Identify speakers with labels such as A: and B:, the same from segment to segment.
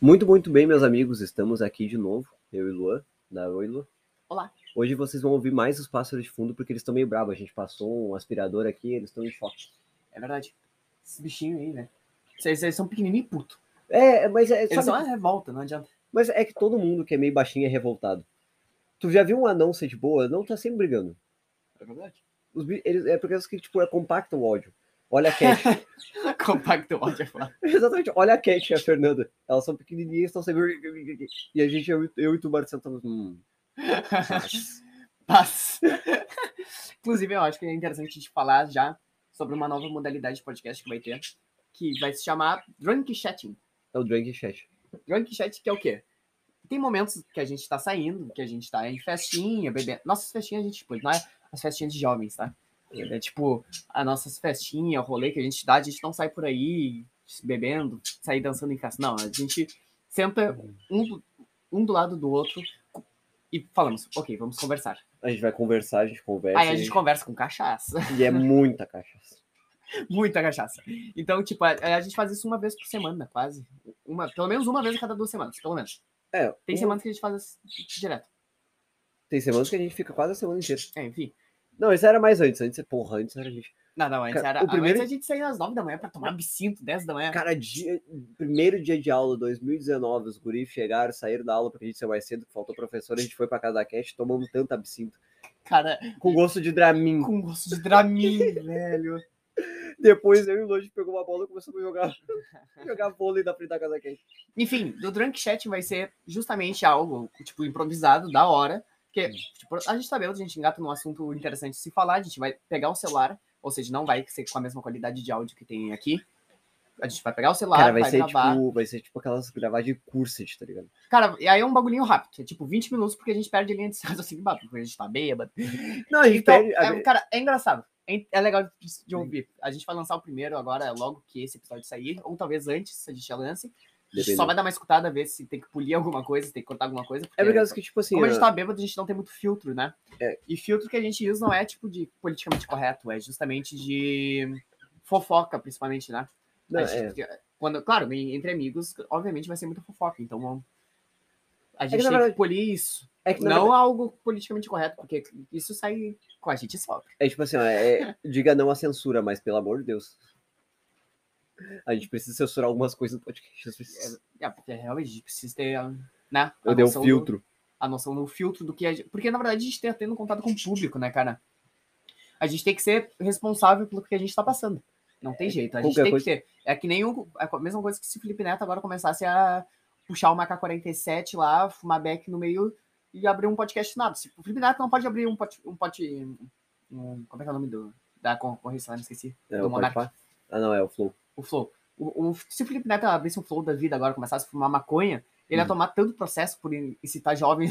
A: Muito, muito bem, meus amigos, estamos aqui de novo, eu e Luan, da Oi, Luan.
B: Olá.
A: Hoje vocês vão ouvir mais os pássaros de fundo porque eles estão meio bravos. A gente passou um aspirador aqui, eles estão em choque.
B: É verdade. Esses bichinhos aí, né? Eles, eles são pequenininhos e puto.
A: É, mas é,
B: Eles são
A: sabe,
B: uma revolta, não adianta.
A: mas é que todo mundo que é meio baixinho é revoltado. Tu já viu um anão ser de boa? Não tá sempre brigando.
B: É verdade.
A: Os bi- eles, é porque eles que tipo, é compacta o ódio. Olha a Cat.
B: Compacto ódio é foda.
A: Exatamente, olha a Cat e a Fernanda. Elas são pequenininhas, estão sempre. E a gente, eu, e- eu e tu, Marcelo, estamos. Hum.
B: Paz. Inclusive, eu acho que é interessante a gente falar já sobre uma nova modalidade de podcast que vai ter, que vai se chamar Drunk Chatting.
A: É o Drunk Chat.
B: Drunk Chat, que é o quê? Tem momentos que a gente tá saindo, que a gente tá em festinha, bebendo. Nossas festinhas a gente, tipo, não é as festinhas de jovens, tá? É tipo, as nossas festinhas, o rolê que a gente dá, a gente não sai por aí bebendo, sair dançando em festa. Não, a gente senta um do, um do lado do outro e falamos, ok, vamos conversar.
A: A gente vai conversar, a gente conversa.
B: aí a gente conversa com cachaça,
A: E é muita cachaça.
B: muita cachaça. Então, tipo, a, a gente faz isso uma vez por semana, quase. Uma, pelo menos uma vez a cada duas semanas, pelo menos.
A: É,
B: Tem
A: um-
B: semanas que a gente faz isso direto.
A: tem semanas que a gente fica quase a semana inteira.
B: É, enfim.
A: Não, isso era mais antes. Antes, porra, antes era a gente.
B: Não, não, antes
A: Cara,
B: era.
A: o primeiro-
B: Antes a gente saía às 9 da manhã pra tomar absinto, 10 da manhã.
A: Cara, dia- primeiro dia de aula, 2019, os guris chegaram, saíram da aula pra gente ser mais cedo, que faltou professor, a gente foi pra casa da Cat, tomamos tanto absinto.
B: Cara,
A: Com gosto de Dramin.
B: com gosto de Dramin, velho.
A: Depois eu e o Longe pegou uma bola e começamos a jogar. jogar vôlei na frente da casa da Cat.
B: Enfim, do Drunk Chat vai ser justamente algo, tipo, improvisado, da hora.
A: Hum.
B: Porque, tipo, a gente tá vendo, a gente engata num assunto interessante de se falar, a gente vai pegar o celular, ou seja, não vai ser com a mesma qualidade de áudio que tem aqui. A gente vai pegar o celular,
A: Cara, vai ser,
B: gravar.
A: tipo, vai ser tipo aquelas gravar de curset, tá ligado?
B: Cara, e aí é um bagulhinho rápido, é tipo 20 minutos, porque a gente perde a linha de raciocínio, porque a gente tá bêbado.
A: Não, a gente
B: Então,
A: perde. a-
B: é, cara, é engraçado. É, é legal de, de ouvir. A gente vai lançar o primeiro agora, logo que esse episódio sair, ou talvez antes, a gente já lance. A gente só
A: Dependendo.
B: vai dar uma escutada, ver se tem que polir alguma coisa, se tem que cortar alguma coisa. Porque,
A: É porque elas que, tipo assim.
B: como a gente
A: ó,
B: tá bêbado, a gente não tem muito filtro, né?
A: É.
B: E filtro que a gente usa não é, tipo, de politicamente correto, é justamente de fofoca, principalmente, né?
A: não,
B: A
A: é.
B: gente- quando, claro, em- entre amigos, obviamente vai ser muita fofoca, então vamos- a gente
A: É na
B: tem
A: verdade-
B: que polir isso.
A: É que na
B: Não algo politicamente correto, porque isso sai com a gente sofre.
A: É tipo assim, ó, é- diga não à censura, mas pelo amor de Deus. A gente precisa censurar algumas coisas no podcast. às vezes.
B: É, porque realmente a gente precisa ter a- né, a
A: Eu dei um
B: noção Do,
A: filtro.
B: a noção do filtro do que a gente. Porque, na verdade, a gente tem tendo contato com o público, né, cara? A gente tem que ser responsável pelo que a gente tá passando. Não tem jeito. A gente
A: qualquer
B: tem
A: coisa-
B: que ter. É que nem o, é a mesma coisa que se o Felipe Neto agora começasse a puxar uma K47 lá, fumar beck no meio e abrir um podcast nada. Se o Felipe Neto não pode abrir um pot. Um pot um- como é que é o nome do, da concorrência lá? Me esqueci.
A: É,
B: do
A: o
B: Monark.
A: Podpah? ah, não, é o Flow.
B: o flow. O, o- se o Felipe Neto abrisse um flow da vida agora, começasse a fumar maconha, ele
A: Hum.
B: ia tomar tanto processo por incitar jovens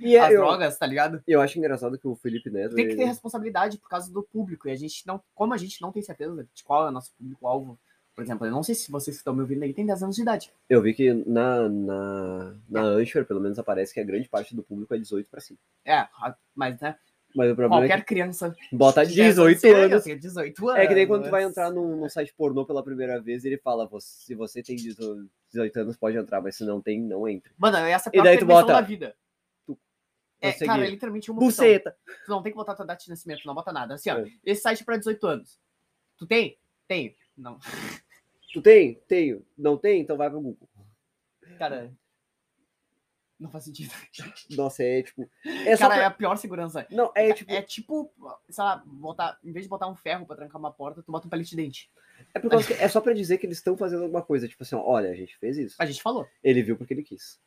A: E é,
B: às
A: eu,
B: drogas, tá ligado?
A: eu acho engraçado que o Felipe Neto.
B: Tem que ter
A: ele-
B: responsabilidade por causa do público. E a gente não. Como a gente não tem certeza de qual é o nosso público-alvo, por exemplo, eu não sei se vocês que estão me ouvindo aí têm 10 anos de idade.
A: Eu vi que na, na, na Anchor, pelo menos, aparece que a grande parte do público é 18 pra cima.
B: É, a- mas né,
A: Mas o problema
B: qualquer
A: é
B: criança.
A: que bota
B: de 10
A: 18
B: por aí, eu
A: anos.
B: tenho 18 anos.
A: É que nem quando tu vai entrar num, num site pornô pela primeira vez e ele fala: "Você- se você tem 18 18 anos, pode entrar, mas se não tem, não entre.
B: Mano, essa é a
A: E
B: pior
A: daí tu
B: permissão
A: bota-
B: da vida.
A: Tu-
B: É,
A: Conseguir.
B: cara, é literalmente uma opção.
A: Buceta!
B: Tu não tem que botar tua data de nascimento, não bota nada. Assim, ó,
A: É.
B: esse site é pra 18 anos. Tu tem? Tem. Não,
A: Tu tem? Tenho. Não tem? Então vai pro Google.
B: cara. Não faz sentido.
A: Nossa, é tipo. É só
B: cara, é
A: pra-
B: a pior segurança.
A: Não, é tipo.
B: É tipo, sei lá, botar, em vez de botar um ferro pra trancar uma porta, tu bota um palito de dente.
A: É, por causa que- é só pra dizer que eles estão fazendo alguma coisa. Tipo assim, ó, olha, a gente fez isso.
B: A gente falou.
A: Ele viu porque ele quis.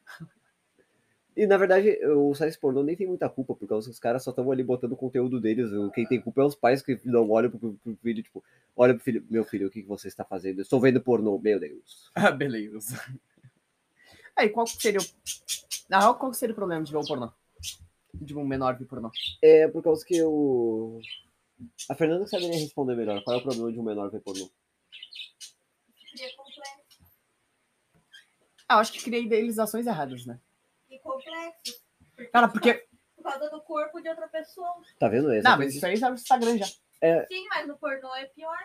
A: E na verdade, o site pornô nem tem muita culpa, porque os os caras só estão ali botando o conteúdo deles. o- Quem tem culpa é os pais que não olham pro, pro filho, tipo, olha pro filho, meu filho, o que, que você está fazendo? Eu estou vendo pornô, meu Deus.
B: Ah, beleza. Aí, qual que seria o. Na real, qual que seria o problema de ver um pornô? De um menor ver pornô.
A: É por causa que o. A Fernanda saberia responder melhor. Qual é o problema de um menor ver pornô?
C: de complexo
B: Ah, eu acho que cria idealizações erradas, né?
C: e complexo
B: Cara, porque.
C: por causa do corpo de outra pessoa.
A: Tá vendo? É
B: Não,
A: exatamente
B: mas isso aí já é no Instagram já.
C: Sim, mas no pornô é pior.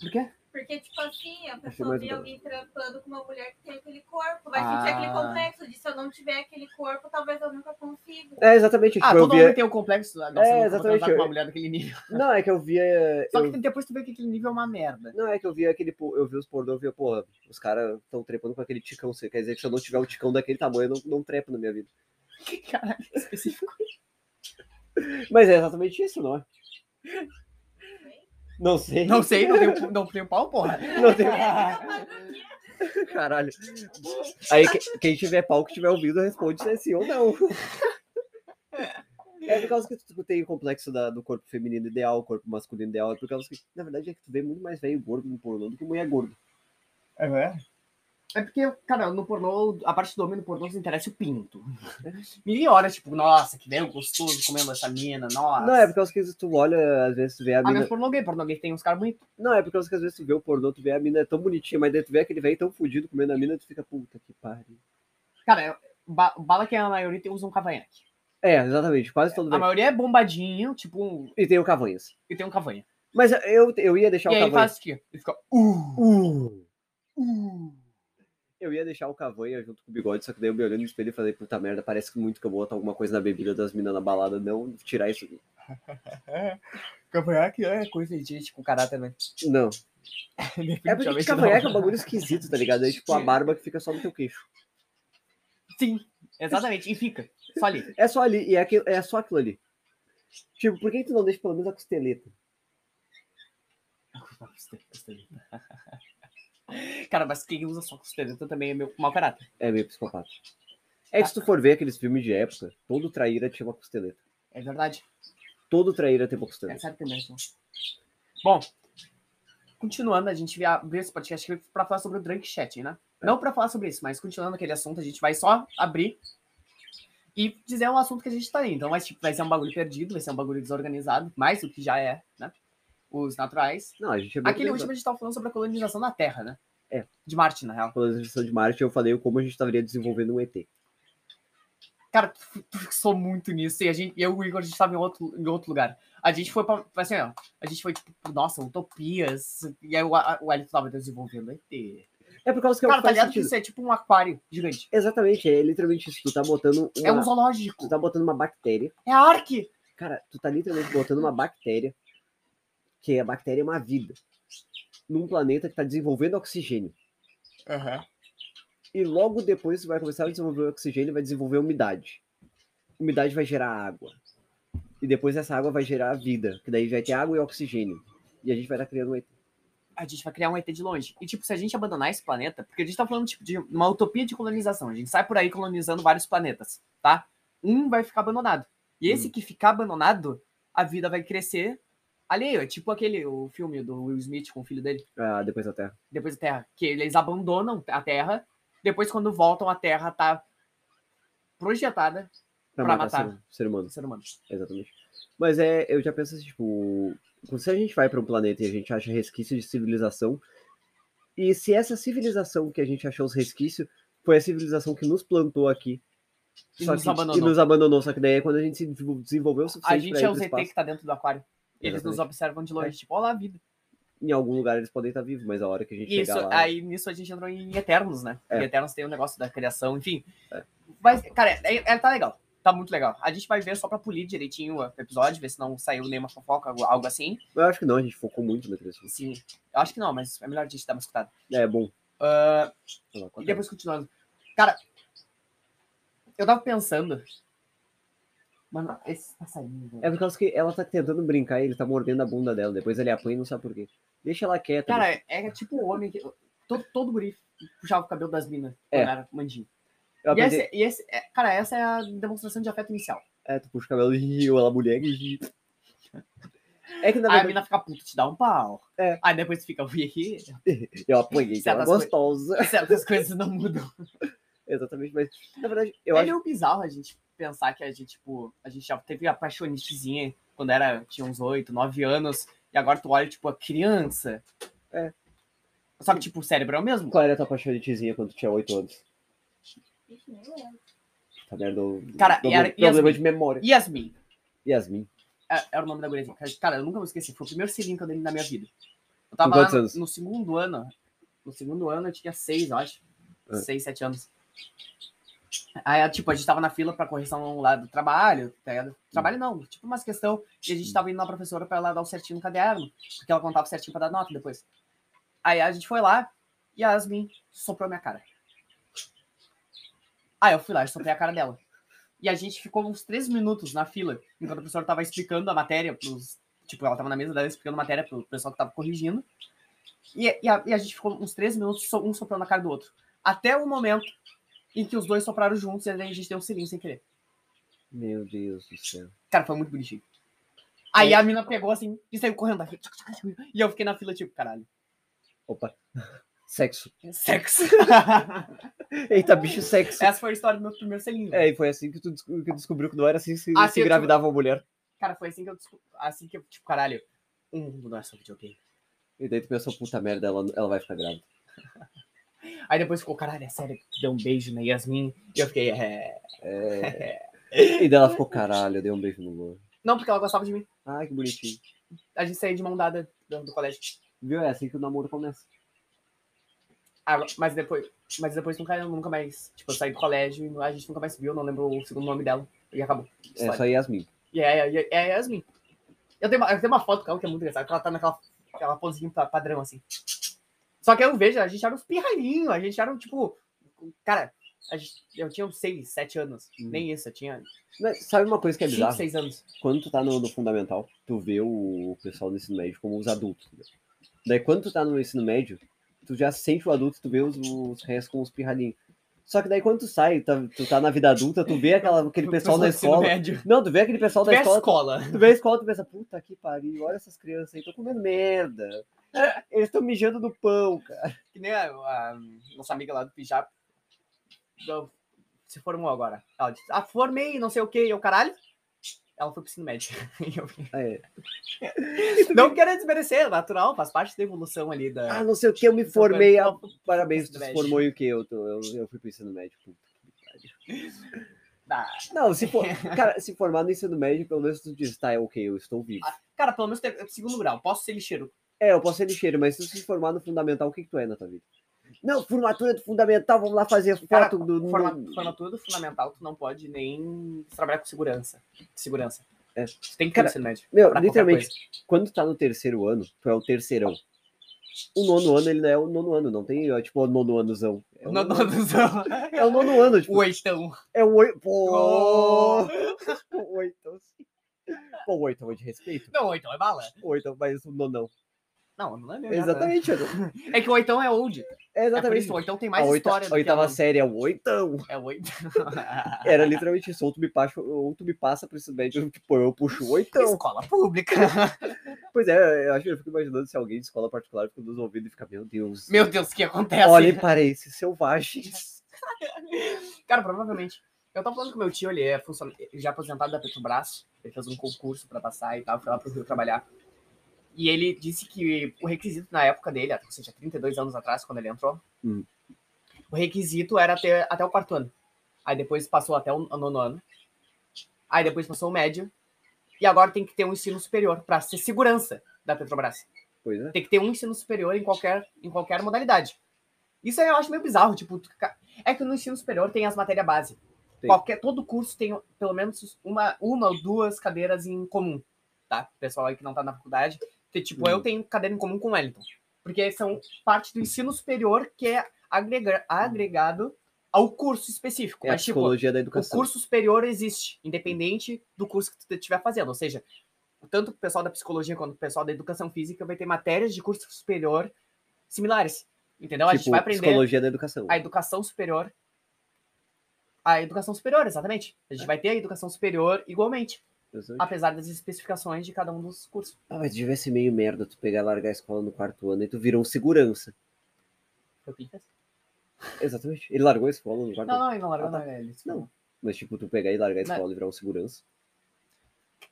B: Por quê?
C: Porque, tipo assim, a
A: mais
C: pessoa vê
A: legal.
C: alguém trampando com uma mulher que tem aquele corpo. Tu vai sentir
B: Ah.
C: aquele complexo de se eu não tiver aquele corpo, talvez eu nunca consiga.
A: É, exatamente. Tipo,
B: Ah,
A: eu
B: todo
A: via...
B: homem tem um complexo. Nossa,
A: É,
B: eu nunca vou
A: exatamente,
B: transar com uma
A: eu-
B: mulher daquele nível.
A: Não, é que eu via.
B: Só
A: eu-
B: que depois tu vê que aquele nível é uma merda.
A: Não, é que eu via aquele. po- Eu vi os pornô, eu via, pô, os caras estão trepando com aquele ticão. Você quer dizer que se eu não tiver um ticão daquele tamanho, eu não, não trepo na minha vida.
B: Caralho, específico.
A: Mas é exatamente isso, não é? Não sei.
B: Não sei, não tenho, não tenho pau, porra.
A: Não tem.
C: Eu falo, "O quê?"
A: Caralho. Aí que- quem tiver pau que tiver ouvido, responde se é sim ou não. É por causa que tu tem o complexo da- do corpo feminino ideal, corpo masculino ideal. É por causa que, na verdade, é que tu vê muito mais velho gordo no pornô do que mulher gorda.
B: É. porque, cara, no pornô, a parte do homem no pornô nos interessa o pinto. E olha, tipo, nossa, que velho gostoso comendo essa mina, nossa.
A: Não, é por causa que tu olha, às vezes tu vê a
B: Ah,
A: mina.
B: mas pornô gay, pornô gay tem uns caras bonitos.
A: Não, é por causa que às vezes tu vê o pornô, tu vê a mina é tão bonitinha, mas daí tu vê aquele velho tão fudido comendo a mina, tu fica, puta que pariu.
B: Cara, é- ba- bala que a maioria tem- usa um cavanhaque.
A: É, exatamente, quase todo
B: A
A: velho.
B: maioria é bombadinho, tipo, um-
A: E tem o Cavanhas.
B: e tem um cavanha.
A: Mas eu, eu ia deixar
B: e
A: o
B: aí
A: Cavanhas.
B: faz é o quê? Ele fica, uh,
A: Uh,
B: uh.
A: eu ia deixar o Cavanha junto com o bigode, só que daí eu me olhando no espelho e falei, puta merda, parece muito que eu vou botar alguma coisa na bebida das minas na balada. Não, tirar isso.
B: Cavanhaque é coisa de gente com caráter, né?
A: Não. É porque
B: Definitivamente
A: cavanhaque é
B: não.
A: um bagulho esquisito, tá ligado? É tipo a barba que fica só no teu queixo.
B: Sim, exatamente. E fica, só ali.
A: É só ali, e é, aquilo, é só aquilo ali. Tipo, por que que tu não deixa pelo menos a costeleta?
B: Cara, mas quem usa só costeleta também é meu mau caráter.
A: É meio psicopata. É que se tu for ver aqueles filmes de época, todo traíra tinha uma costeleta.
B: É verdade.
A: Todo traíra tem uma
B: É
A: costeleta.
B: sério que é mesmo. Bom, continuando, a gente via- abriu esse podcast aqui pra falar sobre o drunk chat, né? Não pra falar sobre isso, mas continuando aquele assunto, a gente vai só abrir e dizer um assunto que a gente tá aí. Então, mas, tipo, vai ser um bagulho perdido, vai ser um bagulho desorganizado, mais do que já é, né? Os naturais.
A: Não, a gente é bem
B: Aquele último
A: organizado.
B: a gente tava falando sobre a colonização da Terra, né?
A: É.
B: De Marte, na real.
A: colonização de Marte, eu falei como a gente estaria desenvolvendo um ET.
B: Cara, tu, tu fixou muito nisso. E a gente, eu e o Igor, a gente tava em outro, em outro lugar. A gente foi pra. Assim, ó, a gente foi, tipo, pro- nossa, utopias. E aí o, a- o Elito tava desenvolvendo ET.
A: É por causa que é o
B: Cara,
A: que
B: tá
A: faz
B: ligado que
A: sentido.
B: isso é tipo um aquário gigante.
A: Exatamente, é literalmente isso. Tu tá botando uma,
B: É um
A: tu
B: zoológico.
A: tá botando uma bactéria.
B: É Ark!
A: Cara, tu tá literalmente botando uma bactéria, que a bactéria é uma vida, num planeta que tá desenvolvendo oxigênio. E logo depois tu vai começar a desenvolver oxigênio e vai desenvolver umidade. Umidade vai gerar água. E depois essa água vai gerar vida, que daí vai ter água e oxigênio. E a gente vai estar criando um ET.
B: A gente vai criar um ET de longe. E, tipo, se a gente abandonar esse planeta, porque a gente tá falando, tipo, de uma utopia de colonização. A gente sai por aí colonizando vários planetas, tá? Um vai ficar abandonado. E esse
A: Hum.
B: que ficar abandonado, a vida vai crescer alheio. É tipo aquele, o filme do Will Smith com o filho dele.
A: Ah, depois da Terra.
B: depois da Terra, que eles abandonam a Terra, depois quando voltam a Terra tá projetada
A: Pra,
B: Pra
A: matar,
B: matar.
A: Ser, ser humano.
B: no ser humano.
A: Exatamente. Mas é, eu já penso assim, tipo, se a gente vai para um planeta e a gente acha resquício de civilização, e se essa civilização que a gente achou os resquícios foi a civilização que nos plantou aqui
B: E
A: só
B: nos
A: que-
B: abandonou.
A: e nos abandonou, só que daí é quando a gente se desenvol- desenvolveu o
B: A
A: suficiente
B: gente
A: para ir
B: é
A: pro
B: o ZT
A: espaço,
B: que tá dentro do aquário. Eles nos
A: Exatamente. É.
B: observam de longe, tipo, olá, vida.
A: em algum lugar eles podem estar vivos, mas a hora que a gente
B: E isso,
A: chegar lá...
B: aí nisso a gente entrou em Eternos, né?
A: É.
B: E Eternos tem o negócio da criação, enfim. Mas, cara, é, é- tá legal. Tá muito legal. A gente vai ver só pra polir direitinho o episódio, ver se não saiu nenhuma fofoca, algo- algo assim.
A: Eu acho que não, a gente focou muito na criação.
B: Sim. Eu acho que não, mas é melhor a gente dar uma escutada.
A: É bom.
B: Ahn,
A: sei lá, é.
B: Ah, E
A: qualquer-
B: depois continuando. Cara, eu tava pensando. Mano, esse passarinho, velho.
A: É por causa que ela tá tentando brincar e ele tá mordendo a bunda dela, depois ele apanha e não sabe por quê. Deixa ela quieta.
B: Cara, é, é tipo o homem que. Todo, todo guri puxava o cabelo das minas
A: É.
B: quando era mandinho.
A: eu
B: E,
A: aprendi...
B: esse, e esse, é- cara, essa é a demonstração de afeto inicial.
A: É, tu puxa o cabelo e ela mulher e. É que na
B: Aí a
A: verdade
B: mina fica puta, te dá um pau.
A: É.
B: Aí depois tu fica, vi aqui.
A: eu apanhei, que ela é
B: certas coisas-
A: gostosa.
B: Certas coisas não mudam.
A: Exatamente, mas na verdade eu
B: Eu é
A: acho.
B: meio bizarro a gente pensar que a gente, tipo, a gente já teve a paixonitezinha quando era, tinha uns 8, 9 anos, e agora tu olha, tipo, a criança.
A: É.
B: Só que, tipo, o cérebro é o mesmo.
A: Qual era a tua paixonitezinha quando tu tinha 8 anos?
C: Ixi, nem lembro.
A: Tá merda. eu-
B: Cara, e
A: problema,
B: era-
A: problema
B: Yasmin.
A: de memória.
B: Yasmin,
A: Yasmin.
B: é- era o nome da guriazinha. Cara, eu nunca vou esquecer, foi o primeiro selinho que eu dei na minha vida. Eu tava
A: Com
B: lá
A: quantos anos?
B: no segundo ano, no segundo ano eu tinha 6, eu acho.
A: Ah.
B: 6, 7 anos. Aí, tipo, a gente tava na fila pra correção lá do trabalho, tá ligado? Trabalho não, tipo, umas questão. E a gente tava indo na professora pra ela dar o certinho no caderno, porque ela contava certinho pra dar nota depois. Aí a gente foi lá e a Yasmin soprou a minha cara. Aí eu fui lá e soprei a cara dela. E a gente ficou uns três minutos na fila, enquanto a professora tava explicando a matéria pros. Tipo, ela tava na mesa dela explicando a matéria pro pessoal que tava corrigindo. E, e a, e a gente ficou uns três minutos, so- um soprando a cara do outro. Até o momento em que os dois sopraram juntos e aí a gente deu um selinho sem querer.
A: Meu Deus do céu.
B: Cara, foi muito bonitinho. Aí a mina pegou assim e saiu correndo daqui. E eu fiquei na fila, tipo, caralho, é
A: Opa. Sexo.
B: sexo.
A: Eita, bicho, sexo.
B: Essa foi a história do meu primeiro selinho.
A: É, e foi assim que tu desco- que descobriu que não era assim se,
B: Ah,
A: se
B: sim, eu
A: engravidava uma mulher.
B: Cara, foi assim que eu descobri. Assim que eu, tipo, caralho, um mundo não é só videogame.
A: E daí tu pensou, puta merda, ela, ela vai ficar grávida.
B: Aí depois ficou, caralho, é sério que tu deu um beijo na Yasmin. E eu fiquei, é.
A: E daí ela ficou, caralho, eu dei um beijo no Luan.
B: Não, porque ela gostava de mim.
A: Ai, que bonitinho.
B: A gente saía de mão dada do, do colégio.
A: Viu? É assim que o namoro começa.
B: Ah, mas depois. Mas depois nunca, nunca mais. Tipo, eu saí do colégio e a gente nunca mais se viu, não lembro o segundo nome dela. E acabou.
A: É
B: História.
A: só Yasmin.
B: E é, é, é a Yasmin. Eu tenho, uma, eu tenho uma foto com ela que é muito engraçada, que ela tá naquela aquela posezinha pa- padrão, assim. Só que eu vejo, a gente era uns pirralhinhos, a gente era um tipo. Cara, a gente- eu tinha uns 6, 7 anos.
A: Hum.
B: Nem isso, eu tinha
A: Mas sabe uma coisa que é
B: 5,
A: bizarra?
B: 6 anos.
A: Quando tu tá no, no fundamental, tu vê o pessoal do ensino médio como os adultos. né? Daí quando tu tá no ensino médio, tu já sente o adulto, tu vê os, os réis com os pirralhinhos. Só que daí quando tu sai, tá- tu tá na vida adulta, tu vê aquela, aquele pessoal
B: do
A: da
B: ensino
A: escola.
B: Médio.
A: Não, tu vê aquele pessoal da
B: Vê a
A: escola,
B: escola.
A: Tu vê a escola, tu pensa, puta que pariu, olha essas crianças aí, tô comendo merda.
B: É.
A: Eles estão mijando no pão, cara.
B: Que nem a, a nossa amiga lá do Pijap. do- Se formou agora. Ela disse, ah, formei, não sei o que, eu caralho. Ela foi pro ensino médio. E eu-
A: É.
B: não quero desmerecer, é natural, faz parte da evolução ali da.
A: Ah, não sei o que, eu me
B: Essa
A: formei.
B: é coisa-
A: ah, parabéns, tu se
B: Médio.
A: formou e o que? Eu, tô- eu, eu fui pro ensino médio. Puta.
B: Ah,
A: Não, se for, cara, se formar no ensino médio, pelo menos tu diz, tá, é ok, eu estou vivo.
B: Cara, pelo menos teve segundo grau. Posso ser lixeiro.
A: É, eu posso ser lixeiro, mas se tu se formar no fundamental, o que, que tu é na tua vida? Não, formatura do fundamental, vamos lá fazer foto
B: Cara,
A: do. do-
B: Forma, formatura do fundamental, tu não pode nem trabalhar com segurança. Segurança.
A: É.
B: Tu tem que ter
A: Cara,
B: ensino médio.
A: Meu,
B: pra qualquer
A: literalmente,
B: coisa.
A: quando tu tá no terceiro ano, tu é o terceirão. O nono ano, ele não é o nono ano, não tem, ó, tipo, o nono anozão. É o
B: Não, não, não.
A: É o nono ano, tipo,
B: O oitão.
A: é o oito. Pô!
B: Oh.
A: O oitão, sim. Pô, o oitão é de respeito.
B: Não, o oitão é bala.
A: O oitão, mas o nonão.
B: Não, não é mesmo.
A: Exatamente, Ana.
B: É que o oitão é
A: É
B: old. É por
A: exatamente.
B: isso, o oitão tem
A: a
B: mais
A: oita,
B: história do
A: a oitava
B: que
A: série é o oitão.
B: a... É o oitão.
A: Era literalmente isso. Ou tu me passa, ou tu me passa pro ensino médio, tipo, eu puxo o oitão.
B: Escola pública.
A: Pois é, eu acho que eu fico imaginando se alguém de escola particular fica nos ouvindo e fica, meu Deus.
B: Meu Deus, o que acontece?
A: Olhem para esses selvagens.
B: Cara, provavelmente. Eu tava falando com meu tio, ele é funcionário, já aposentado da Petrobras. Ele fez um concurso pra passar e tal, foi lá pro Rio trabalhar. E ele disse que o requisito na época dele, ou seja, 32 anos atrás, quando ele entrou,
A: Hum.
B: o requisito era ter até o quarto ano. Aí depois passou até o nono ano. Aí depois passou o médio. E agora tem que ter um ensino superior pra ser segurança da Petrobras.
A: Pois é.
B: Tem que ter um ensino superior em qualquer, em qualquer modalidade. Isso aí eu acho meio bizarro, tipo, tu ca- é que no ensino superior tem as matérias base.
A: Tem.
B: Qualquer, todo curso tem pelo menos uma, uma ou duas cadeiras em comum, tá? Pessoal aí que não tá na faculdade, tem, tipo,
A: Hum.
B: eu tenho cadeira em comum com o Wellington, porque são parte do ensino superior que é agrega- agregado ao curso específico.
A: É a
B: Mas, tipo,
A: psicologia da
B: o
A: educação.
B: curso superior existe, independente do curso que tu estiver fazendo. Ou seja, tanto o pessoal da psicologia quanto o pessoal da educação física vai ter matérias de curso superior similares. Entendeu? a gente
A: tipo,
B: vai aprender
A: psicologia da educação.
B: a educação superior. A educação superior, exatamente. A
A: É.
B: gente vai ter a educação superior igualmente, apesar das especificações de cada um dos cursos.
A: Ah, mas devia ser meio merda tu pegar e largar a escola no quarto ano e tu virou um segurança.
B: Foi o que ele fez?
A: Exatamente. Ele largou a escola no quarto
B: Não,
A: ano.
B: não, ele não largou,
A: Ah, tá.
B: não, é, ele se
A: Não.
B: formou.
A: Mas, tipo, tu pegar e largar a
B: Mas-
A: escola e virar um segurança.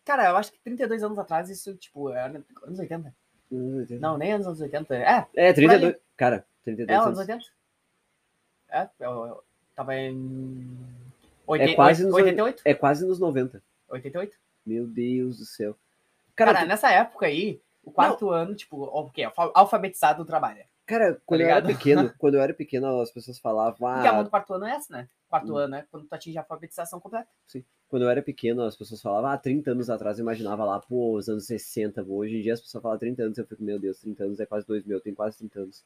B: Cara, eu acho que 32 anos atrás, isso, tipo, era anos 80.
A: Hum, entendi.
B: Não, nem anos 80. É,
A: É,
B: Por
A: 32. Cara,
B: É,
A: 32
B: anos
A: anos.
B: 80. É, eu, eu tava em.
A: É quase nos
B: 88?
A: É quase nos 90.
B: 88?
A: Meu Deus do céu.
B: Cara, né?
A: Cara, tu-
B: nessa época aí, o quarto ano, tipo, o que? Alfabetizado trabalha.
A: Cara, quando eu era
B: ligado?
A: pequeno, quando eu era pequeno, as pessoas falavam.
B: Porque a mão
A: Ah, Hum.
B: do quarto ano é essa, né? Quarto ano é quando tu atinge a alfabetização completa.
A: quando eu era pequeno, as pessoas falavam, ah, 30 anos atrás eu imaginava lá, pô, os anos 60, pô. Hoje em dia as pessoas falam 30 anos, eu fico, meu Deus, 30 anos é quase 2 mil, eu tenho quase 30 anos.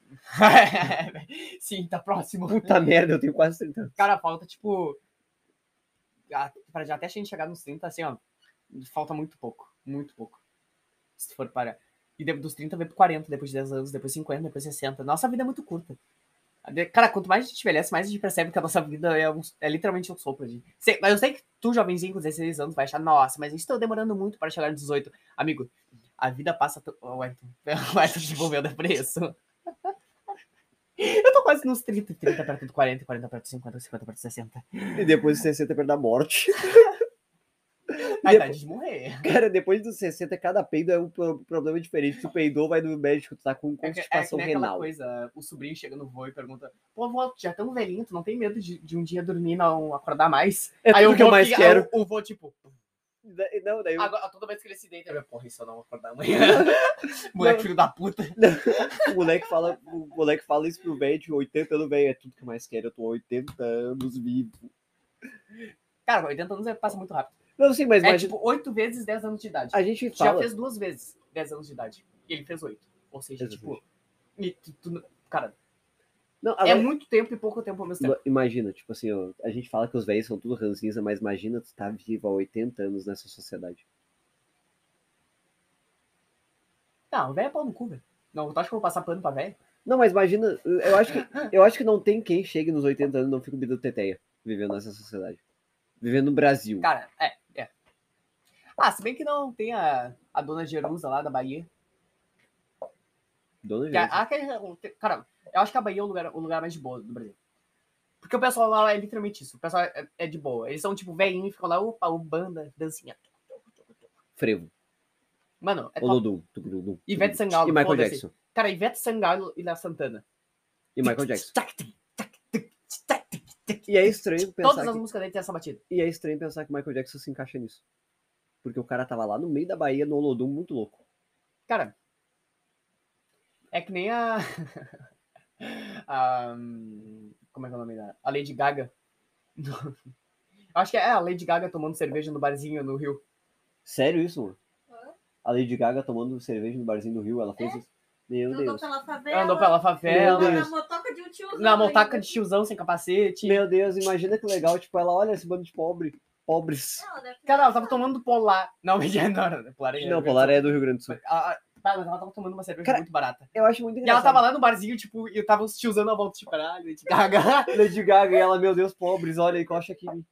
B: Sim, tá próximo.
A: Puta merda, eu tenho quase 30 anos.
B: Cara, falta, tipo. a- Pra já até a gente chegar nos 30, assim, ó. Falta muito pouco. Muito pouco. Se tu for parar. E de- dos 30 vem pro 40, depois de 10 anos, depois 50, depois 60. Nossa vida é muito curta. A de- Cara, quanto mais a gente envelhece, mais a gente percebe que a nossa vida é, um- é literalmente um sopro. Gente. Sei- mas eu sei que tu, jovenzinho com 16 anos, vai achar, nossa, mas estou demorando muito para chegar nos 18. Amigo, a vida passa. tão- Ó, O Ayrton, o Ayrton devolvendo preço. Eu tô quase nos 30, 30 perto do 40, 40 perto do 50, 50 perto do 60.
A: E depois dos 60 é perto da morte.
B: A idade de morrer.
A: Cara, depois dos 60, cada peido é um pro- problema diferente. Tu peidou, vai no médico, tu tá com
B: É, que- é que
A: constipação
B: nem aquela
A: renal.
B: coisa, o sobrinho chega no vô e pergunta, pô, vô, tu já é tão velhinho, tu não tem medo de, de um dia dormir e não acordar mais?
A: É tudo
B: o
A: que eu
B: vô
A: mais
B: fica-
A: quero.
B: O, o vô, tipo,
A: Da- Não, daí eu-
B: agora, toda vez que ele se deita, ele vai, porra, isso eu não vou acordar amanhã. Moleque
A: Não.
B: filho da puta.
A: o, moleque fala, o moleque fala isso pro velho de 80 anos, velho, é tudo que eu mais quero, eu tô 80 anos vivo.
B: Cara, 80 anos é- passa muito rápido.
A: Não, sim, mas
B: É
A: imagina,
B: tipo 8 vezes 10 anos de idade.
A: a gente
B: Tu já
A: fala...
B: fez duas vezes 10 anos de idade. E ele fez 8. Ou seja,
A: Exatamente.
B: tipo... e tu- tu- cara,
A: Não,
B: é
A: agora-
B: muito tempo e pouco tempo ao mesmo tempo.
A: Ima- Imagina, tipo assim, ó, a gente fala que os velhos são tudo ranzinza, mas imagina tu tá vivo há 80 anos nessa sociedade.
B: Não, velho é pau no cu, velho. Não, tu acha que eu vou passar pano pra velho?
A: Não, mas imagina, eu acho que, eu acho que não tem quem chegue nos 80 anos e não fica bebendo teteia, vivendo nessa sociedade. Vivendo no Brasil.
B: Cara, é, é. Ah, se bem que não tem a, a dona Jerusa lá da Bahia.
A: Dona
B: Que a,
A: Jerusa.
B: a- que- o- te- cara, eu acho que a Bahia é o lugar, o lugar mais de boa do Brasil. Porque o pessoal lá é literalmente isso. O pessoal é, é de boa. Eles são tipo velhinho e ficam lá, opa, urbana, dancinha.
A: Frevo.
B: Mano, é top.
A: Olodum. Tugurudum.
B: Ivete
A: tugurudum.
B: Sangalo,
A: E Michael
B: foda-se.
A: Jackson.
B: Cara, Ivete Sangalo e La Santana.
A: E Michael Jackson. E
B: E
A: é estranho pensar
B: Todas as
A: que,
B: músicas dele tem essa batida.
A: e é estranho pensar que o Michael Jackson se encaixa nisso. Porque o cara tava lá no meio da Bahia, no Olodum, muito louco.
B: Cara, é que nem a. a hum, como é que é o nome dela? A Lady Gaga. Acho que é a Lady Gaga tomando cerveja no barzinho no Rio.
A: Sério isso, mano?
C: Hã?
A: A Lady Gaga tomando cerveja no barzinho do Rio, ela fez
C: É?
A: isso? Meu
C: Andou
A: Deus.
C: pela favela.
B: Ela andou pela
A: Meu
B: favela,
A: Deus.
C: Na motoca de um tiozão.
B: na motaca
C: ainda.
B: de tiozão sem capacete.
A: Meu Deus, imagina que legal. Tipo, ela olha esse bando de pobre. Pobres.
C: Ela deve ter
B: Cara, ela tava tomando polar. Não, mentira, não, não, não, polar é-
A: Não, Polar é do Rio Grande do Sul.
B: Ah, ah, tá, mas ela tava tomando uma cerveja
A: Cara,
B: muito barata.
A: Eu acho muito
B: E ela
A: engraçado.
B: tava lá no barzinho, tipo, e eu tava os tiozão na volta, tipo, caralho, Lady Gaga.
A: Lady Gaga e ela, meu Deus, pobres, olha, encosta aqui em mim.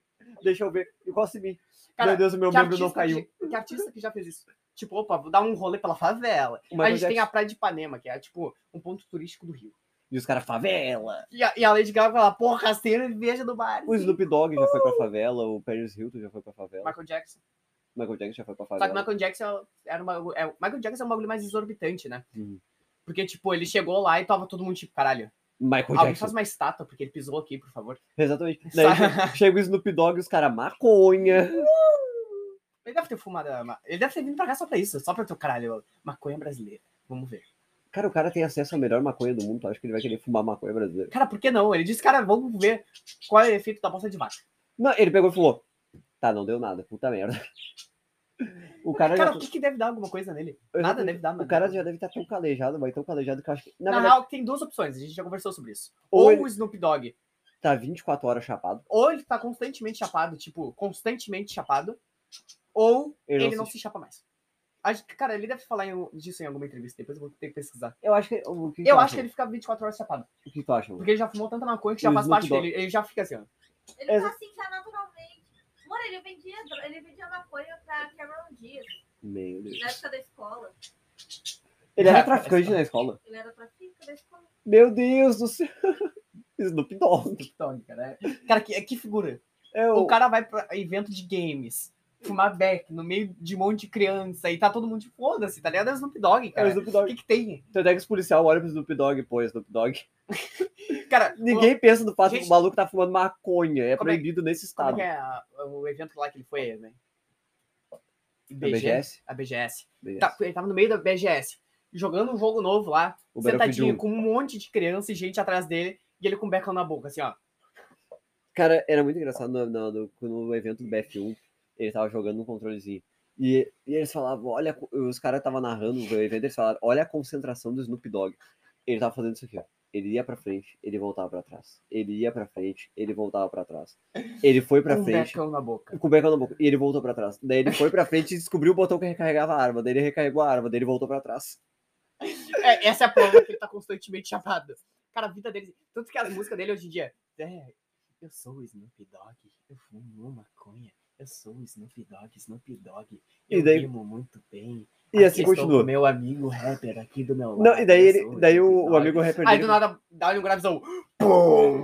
A: Deixa eu ver, encosta em mim.
B: Cara,
A: meu Deus, o meu
B: que
A: membro não
B: artista
A: caiu.
B: que- que artista que já fez isso? Tipo, opa, vou dar um rolê pela favela.
A: O
B: a
A: Michael
B: gente tem a
A: Jackson.
B: Praia de Ipanema, que é tipo um ponto turístico do Rio.
A: E os caras, favela.
B: E a, e a Lady Gaga fala, porra, rasteira e veja do bar.
A: O Snoop Dogg já foi pra favela, o Paris Hilton já foi pra favela,
B: Michael Jackson.
A: Michael Jackson já foi pra
B: Só que
A: favela.
B: Michael Jackson era uma. É, Michael Jackson é um bagulho mais exorbitante, né?
A: Uhum.
B: Porque, tipo, ele chegou lá e tava todo mundo tipo, caralho,
A: Michael
B: alguém
A: Jackson,
B: faz uma estátua, porque ele pisou aqui, por favor.
A: exatamente. Daí che- chega o Snoop Dogg e os caras, maconha.
B: Ele deve ter fumado. a ma- Ele deve ter vindo pra cá só pra isso, só pra ter o caralho, maconha brasileira. Vamos ver.
A: Cara, o cara tem acesso à melhor maconha do mundo, tu acha que ele vai querer fumar maconha brasileira?
B: Cara, por que não? Ele disse, cara, vamos ver qual é o efeito da bosta de mato.
A: Não, ele pegou e falou, tá, não deu nada, puta merda. O cara, já
B: Cara,
A: tá-
B: o que, que deve dar alguma coisa nele?
A: Eu já
B: Nada
A: tô-
B: deve dar,
A: O
B: mano.
A: cara já deve estar tão calejado, mas tão calejado que eu acho que. Na
B: Na,
A: verdade,
B: real, tem duas opções, a gente já conversou sobre isso.
A: Ou
B: Ou,
A: ele-
B: o Snoop Dogg,
A: tá 24 horas chapado.
B: ou ele tá constantemente chapado, tipo, constantemente chapado, ou
A: Ele
B: ele,
A: não
B: não,
A: se-
B: se chapa mais. Acho que, Cara, ele deve falar em- disso em alguma entrevista, depois eu vou ter que pesquisar.
A: Eu acho que. O que
B: eu
A: tu
B: acho
A: acha?
B: que ele fica 24 horas chapado,
A: O que tu acha, mano?
B: porque ele já fumou tanta maconha que
A: E
B: já
A: o
B: faz
A: Snoop
B: parte
A: Dogg-
B: dele, ele já fica assim, ó.
C: Ele
A: Exa-
C: tá assim já naturalmente. Mano, ele vendia, dro- ele vendia maconha pra Cameron Diaz,
A: Meu Deus.
C: na época da escola.
A: Ele era
B: Né? É,
A: traficante na escola.
C: Ele era traficante da escola.
A: Meu Deus do céu. Snoop Dogg.
B: Snoop Dogg, cara. é- Cara, que, que figura.
A: É
B: O
A: o...
B: cara vai pra evento de games, fumar beck no meio de um monte de criança e tá todo mundo de foda-se, tá ligado? É o Snoop Dogg,
A: É o
B: cara.
A: Snoop
B: O
A: Dogg.
B: que que tem?
A: Tanto é que os policial olham pro Snoop Dogg, pô, é Snoop Dogg.
B: Cara,
A: Ninguém pensa no fato que
B: Gente-
A: o maluco tá fumando maconha. É
B: Como é-
A: proibido nesse
B: Como é
A: estado.
B: que é a- o evento lá que ele foi, né? velho?
A: Da BGS?
B: A BGS.
A: BGS.
B: Tá, ele tava no meio da BGS. jogando um jogo novo lá,
A: O Battlefield
B: sentadinho,
A: 1.
B: com um monte de criança e gente atrás dele, e ele com o becão na boca, assim, ó.
A: Cara, era muito engraçado no, no, no- no evento do BF1, ele tava jogando um controlezinho. E, e eles falavam, olha, co- os caras estavam narrando o evento, eles falaram, olha a concentração do Snoop Dogg. Ele tava fazendo isso aqui, ó. Ele ia pra frente, ele voltava pra trás. Ele ia pra frente, ele voltava pra trás. Ele foi pra
B: com um
A: frente,
B: becão na boca.
A: com o becão na boca, e ele voltou pra trás. Daí ele foi pra frente e descobriu o botão que recarregava a arma. Daí ele recarregou a arma, daí ele voltou pra trás.
B: É, essa é a prova que ele tá constantemente chamado. Cara, a vida dele. Tanto que as músicas dele hoje em dia. É, eu sou o Snoop Dogg, eu fumo uma maconha. Eu sou o Snoop Dogg, Snoop Dogg.
A: E
B: Eu
A: daí-
B: rimo muito bem.
A: E assim
B: estou com
A: continua.
B: Meu amigo rapper aqui do meu lado.
A: Não, e daí,
B: eu
A: ele-
B: sou
A: daí o,
B: Snoop
A: o
B: Dogg."
A: amigo rapper
B: Aí
A: dele,
B: do nada dá-lhe um gravizão.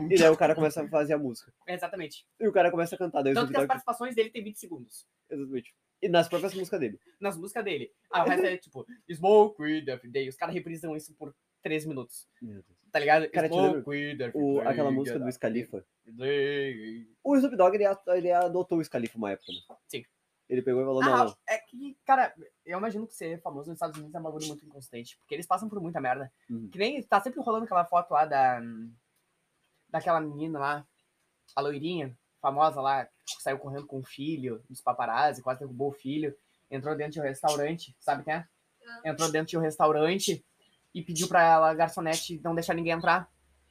A: e daí o cara começa a fazer a música.
B: É, Exatamente.
A: E o cara começa a cantar, daí o
B: Tanto
A: Snoop
B: que as
A: Dogg
B: participações dele tem 20 segundos.
A: Exatamente. E nas próprias músicas dele.
B: Nas músicas dele. Aí o resto é tipo, Smoke Weed Every Day. Os caras reprisam isso por 3 minutos. Tá ligado?
A: Cara, te
B: Smoke
A: lembra
B: Weed Every
A: O,
B: Day.
A: aquela música do Scalifa.
B: Day.
A: O Snoop Dogg, ele, a- ele adotou o Scalifa uma época, né?
B: Sim.
A: Ele pegou e falou, não,
B: Ah,
A: não.
B: é que, cara, eu imagino que ser famoso nos Estados Unidos é um bagulho muito inconstante, porque eles passam por muita merda.
A: Uhum.
B: Que nem tá sempre rolando aquela foto lá da. daquela menina lá, a loirinha, famosa lá, que saiu correndo com o filho, dos paparazzi, quase derrubou o filho, entrou dentro de um restaurante, sabe quem é?
C: Ah.
B: Entrou dentro de um restaurante e pediu pra ela, a garçonete, não deixar ninguém entrar.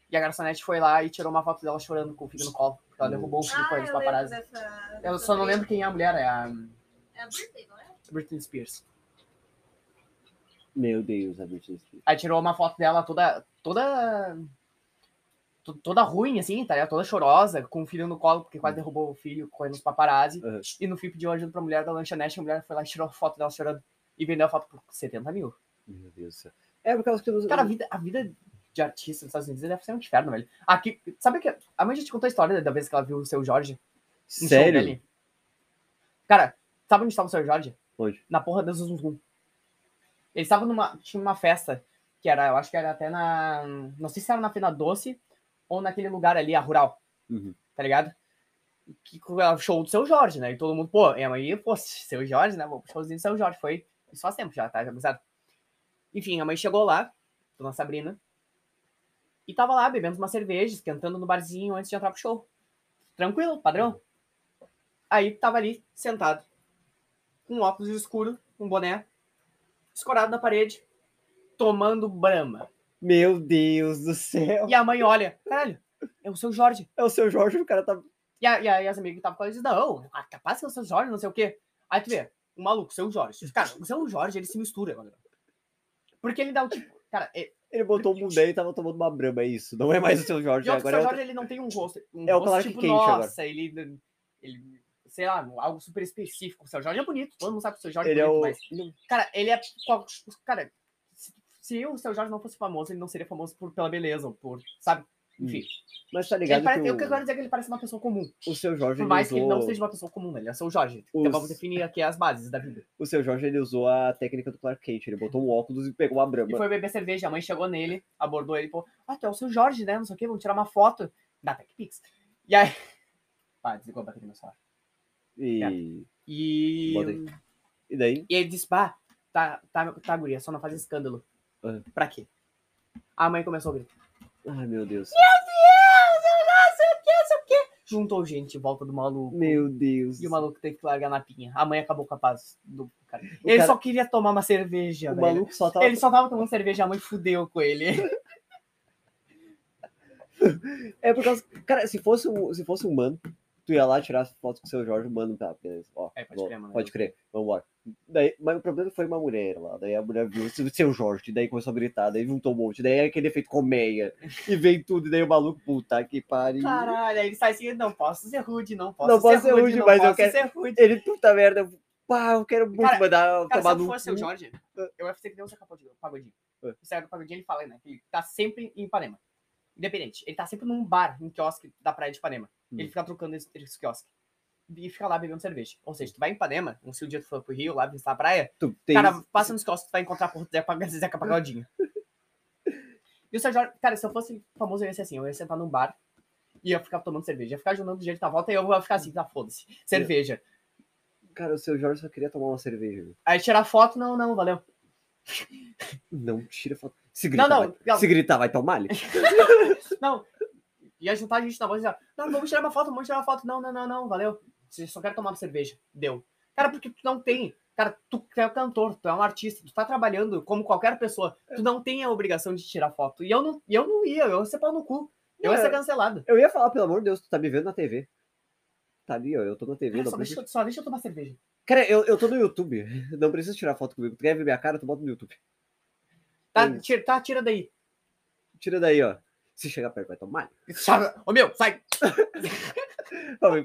B: E a garçonete foi lá e tirou uma foto dela chorando com o filho no colo, porque ela
A: Uhum.
B: derrubou o filho com
C: Ah,
B: eles
C: eu lembro
B: paparazzi.
C: dessa.
B: Eu só não lembro quem é a mulher, é a
C: É a Britney, não é?
B: Britney Spears.
A: Meu Deus, é a Britney Spears.
B: Aí tirou uma foto dela toda. toda. to- toda ruim, assim, tá ligado? Toda chorosa, com o filho no colo, porque quase derrubou o filho, correndo os paparazzi.
A: Aham.
B: E no fim pediu ajuda pra mulher da lanchonete, a mulher foi lá e tirou a foto dela chorando e vendeu a foto por 70 mil.
A: Meu Deus do céu. É porque elas que...
B: Cara, a vida, a vida de artista nos Estados Unidos deve ser um inferno, velho. Aqui, sabe que. A mãe já te contou a história da vez que ela viu o seu Jorge no show
A: Sério?
B: dele? Cara, sabe onde estava o seu Jorge?
A: Onde?
B: na porra da Zuzum. Eles estavam numa. Tinha uma festa, que era, eu acho que era até na. Não sei se era na Fina Doce ou naquele lugar ali, a rural,
A: Uhum.
B: tá ligado? Que que era o show do seu Jorge, né? E todo mundo, pô, é aí, pô, seu Jorge, né? Vou pro showzinho do seu Jorge. Foi isso faz tempo já, tá? Já avisado. Enfim, a mãe chegou lá, dona Sabrina, e tava lá bebendo uma cerveja, esquentando no barzinho antes de entrar pro show. Tranquilo, padrão. Aí tava ali, sentado, com óculos escuro, um boné, escorado na parede, tomando brama.
A: Meu Deus do céu.
B: E a mãe olha, caralho, é o seu Jorge.
A: É o seu Jorge, o cara tá...
B: E, a, e, a, e as amigas que estavam com ela dizem, não, ah, capaz que é o seu Jorge, não sei o quê. Aí tu vê, o maluco, seu Jorge. Cara, o seu Jorge, ele se mistura, mano. Porque ele dá o tipo. Cara, é,
A: Ele botou um mundé e tava tomando uma brama, é isso. Não é mais o seu Jorge,
B: e olha que o
A: agora é
B: seu
A: outra...
B: Jorge, ele não tem um rosto. Um
A: É o
B: rosto
A: Clark
B: tipo,
A: Kent agora.
B: nossa, ele, ele. Sei lá, algo super específico. O seu Jorge é bonito, todo mundo sabe que o seu Jorge
A: Ele é
B: bonito,
A: o...
B: mas- Cara, ele é. qual- Cara, se, se o seu Jorge não fosse famoso, ele não seria famoso por, pela beleza, ou por. Sabe? Enfim.
A: Mas tá
B: Ele
A: ligado
B: parece,
A: Hum, que
B: eu quero
A: o,
B: dizer que ele parece uma pessoa comum.
A: o seu Jorge,
B: Por
A: ele
B: mais que ele não
A: usou-
B: seja uma pessoa comum, né? ele é o seu Jorge. Então
A: Os-
B: vamos definir aqui as bases da vida.
A: O seu Jorge, ele usou a técnica do Clark Kent. Ele botou um óculos e pegou uma
B: E
A: brama.
B: foi beber cerveja, a mãe chegou nele, abordou ele e falou: Ah, tu é o seu Jorge, né? Não sei o quê, vamos tirar uma foto da TechPix. E aí. Ah, desligou a bateria no meu celular. É.
A: E...
B: E.
A: Botei. e daí...
B: E ele disse, pá, tá, tá, tá, guria, só não faz escândalo.
A: É.
B: Pra quê? A mãe começou a gritar,
A: Ai, meu Deus.
B: juntou gente em volta do maluco.
A: Meu Deus.
B: E o maluco teve que largar na pinha. A mãe acabou com a paz do cara.
A: O
B: ele
A: cara-
B: só queria tomar uma cerveja,
A: O
B: velho.
A: maluco só tava.
B: Ele só tava tomando cerveja, a mãe fudeu com ele.
A: É por causa. Cara, se fosse, um, se fosse um mano, tu ia lá tirar foto com o seu Jorge, mano, tá, beleza. Ó,
B: É, pode
A: vou-
B: crer, mano.
A: Pode crer, vambora. Daí, mas o problema foi uma mulher lá. Daí a mulher viu o seu Jorge, daí começou a gritar, daí juntou um monte, daí é aquele efeito colmeia. E vem tudo, e daí o maluco, puta que pariu.
B: Caralho, aí ele sai assim, não posso ser rude, não posso
A: Não
B: ser
A: posso ser
B: rude,
A: rude,
B: não
A: mas eu
B: posso
A: quero-
B: ser rude.
A: Ele, puta merda, eu- pá, eu quero muito
B: Cara,
A: mandar tomar
B: Cara, se
A: no.
B: eu fosse o
A: um cu. Ah.
B: Jorge, eu ia fazer que Deus acabou de pagodinho.
A: É.
B: O Sérgio Pagodinho, ele fala, né? Que ele tá sempre em Ipanema. Independente. Ele tá sempre num bar, num quiosque da praia de Ipanema.
A: Hum.
B: Ele fica trocando esse, esse quiosque. E fica lá bebendo cerveja. Ou seja, tu vai em Ipanema, um se o dia tu for pro Rio, lá visitar a praia,
A: Tu tem.
B: cara, passa nos quiosques, tu vai encontrar a porra do Zeca Pag- Zeca Pagodinho. e o Sérgio Jorge, cara, se eu fosse famoso, eu ia ser assim, eu ia sentar num bar e ia ficar tomando cerveja. Ia ficar juntando gente na volta e eu ia ficar assim, tá, foda-se.
A: É.
B: Cerveja.
A: Cara, o seu Jorge só queria tomar uma cerveja.
B: Aí tirar foto, não, não, valeu.
A: Não tira foto. Se gritar,
B: Não, não,
A: vai-
B: não.
A: Se gritar vai tomar ele.
B: Não, ia juntar a gente na voz e dizer, não, vamos tirar uma foto, vamos tirar uma foto. Não, não, não, não, valeu. Você só quer tomar uma cerveja. Deu. Cara, porque tu não tem. Cara, tu é um cantor, tu é um artista, tu tá trabalhando como qualquer pessoa. Tu não tem a obrigação de tirar foto. E eu não, e eu não ia, eu ia ser pau no cu. Eu ia
A: É.
B: ser cancelado.
A: Eu ia falar, pelo amor de Deus, tu tá me vendo na TV. Tá ali, ó, eu tô na TV.
B: Cara,
A: não
B: É, só,
A: precisa-
B: deixa, eu- só deixa eu tomar cerveja.
A: Cara, eu, eu tô no YouTube. Não precisa tirar foto comigo. Tu quer ver minha cara, tu bota no YouTube.
B: Tá,
A: Hum.
B: tira, tá, tira daí.
A: Tira daí, ó. Se chegar perto, vai tomar.
B: Chava- Ô meu, sai!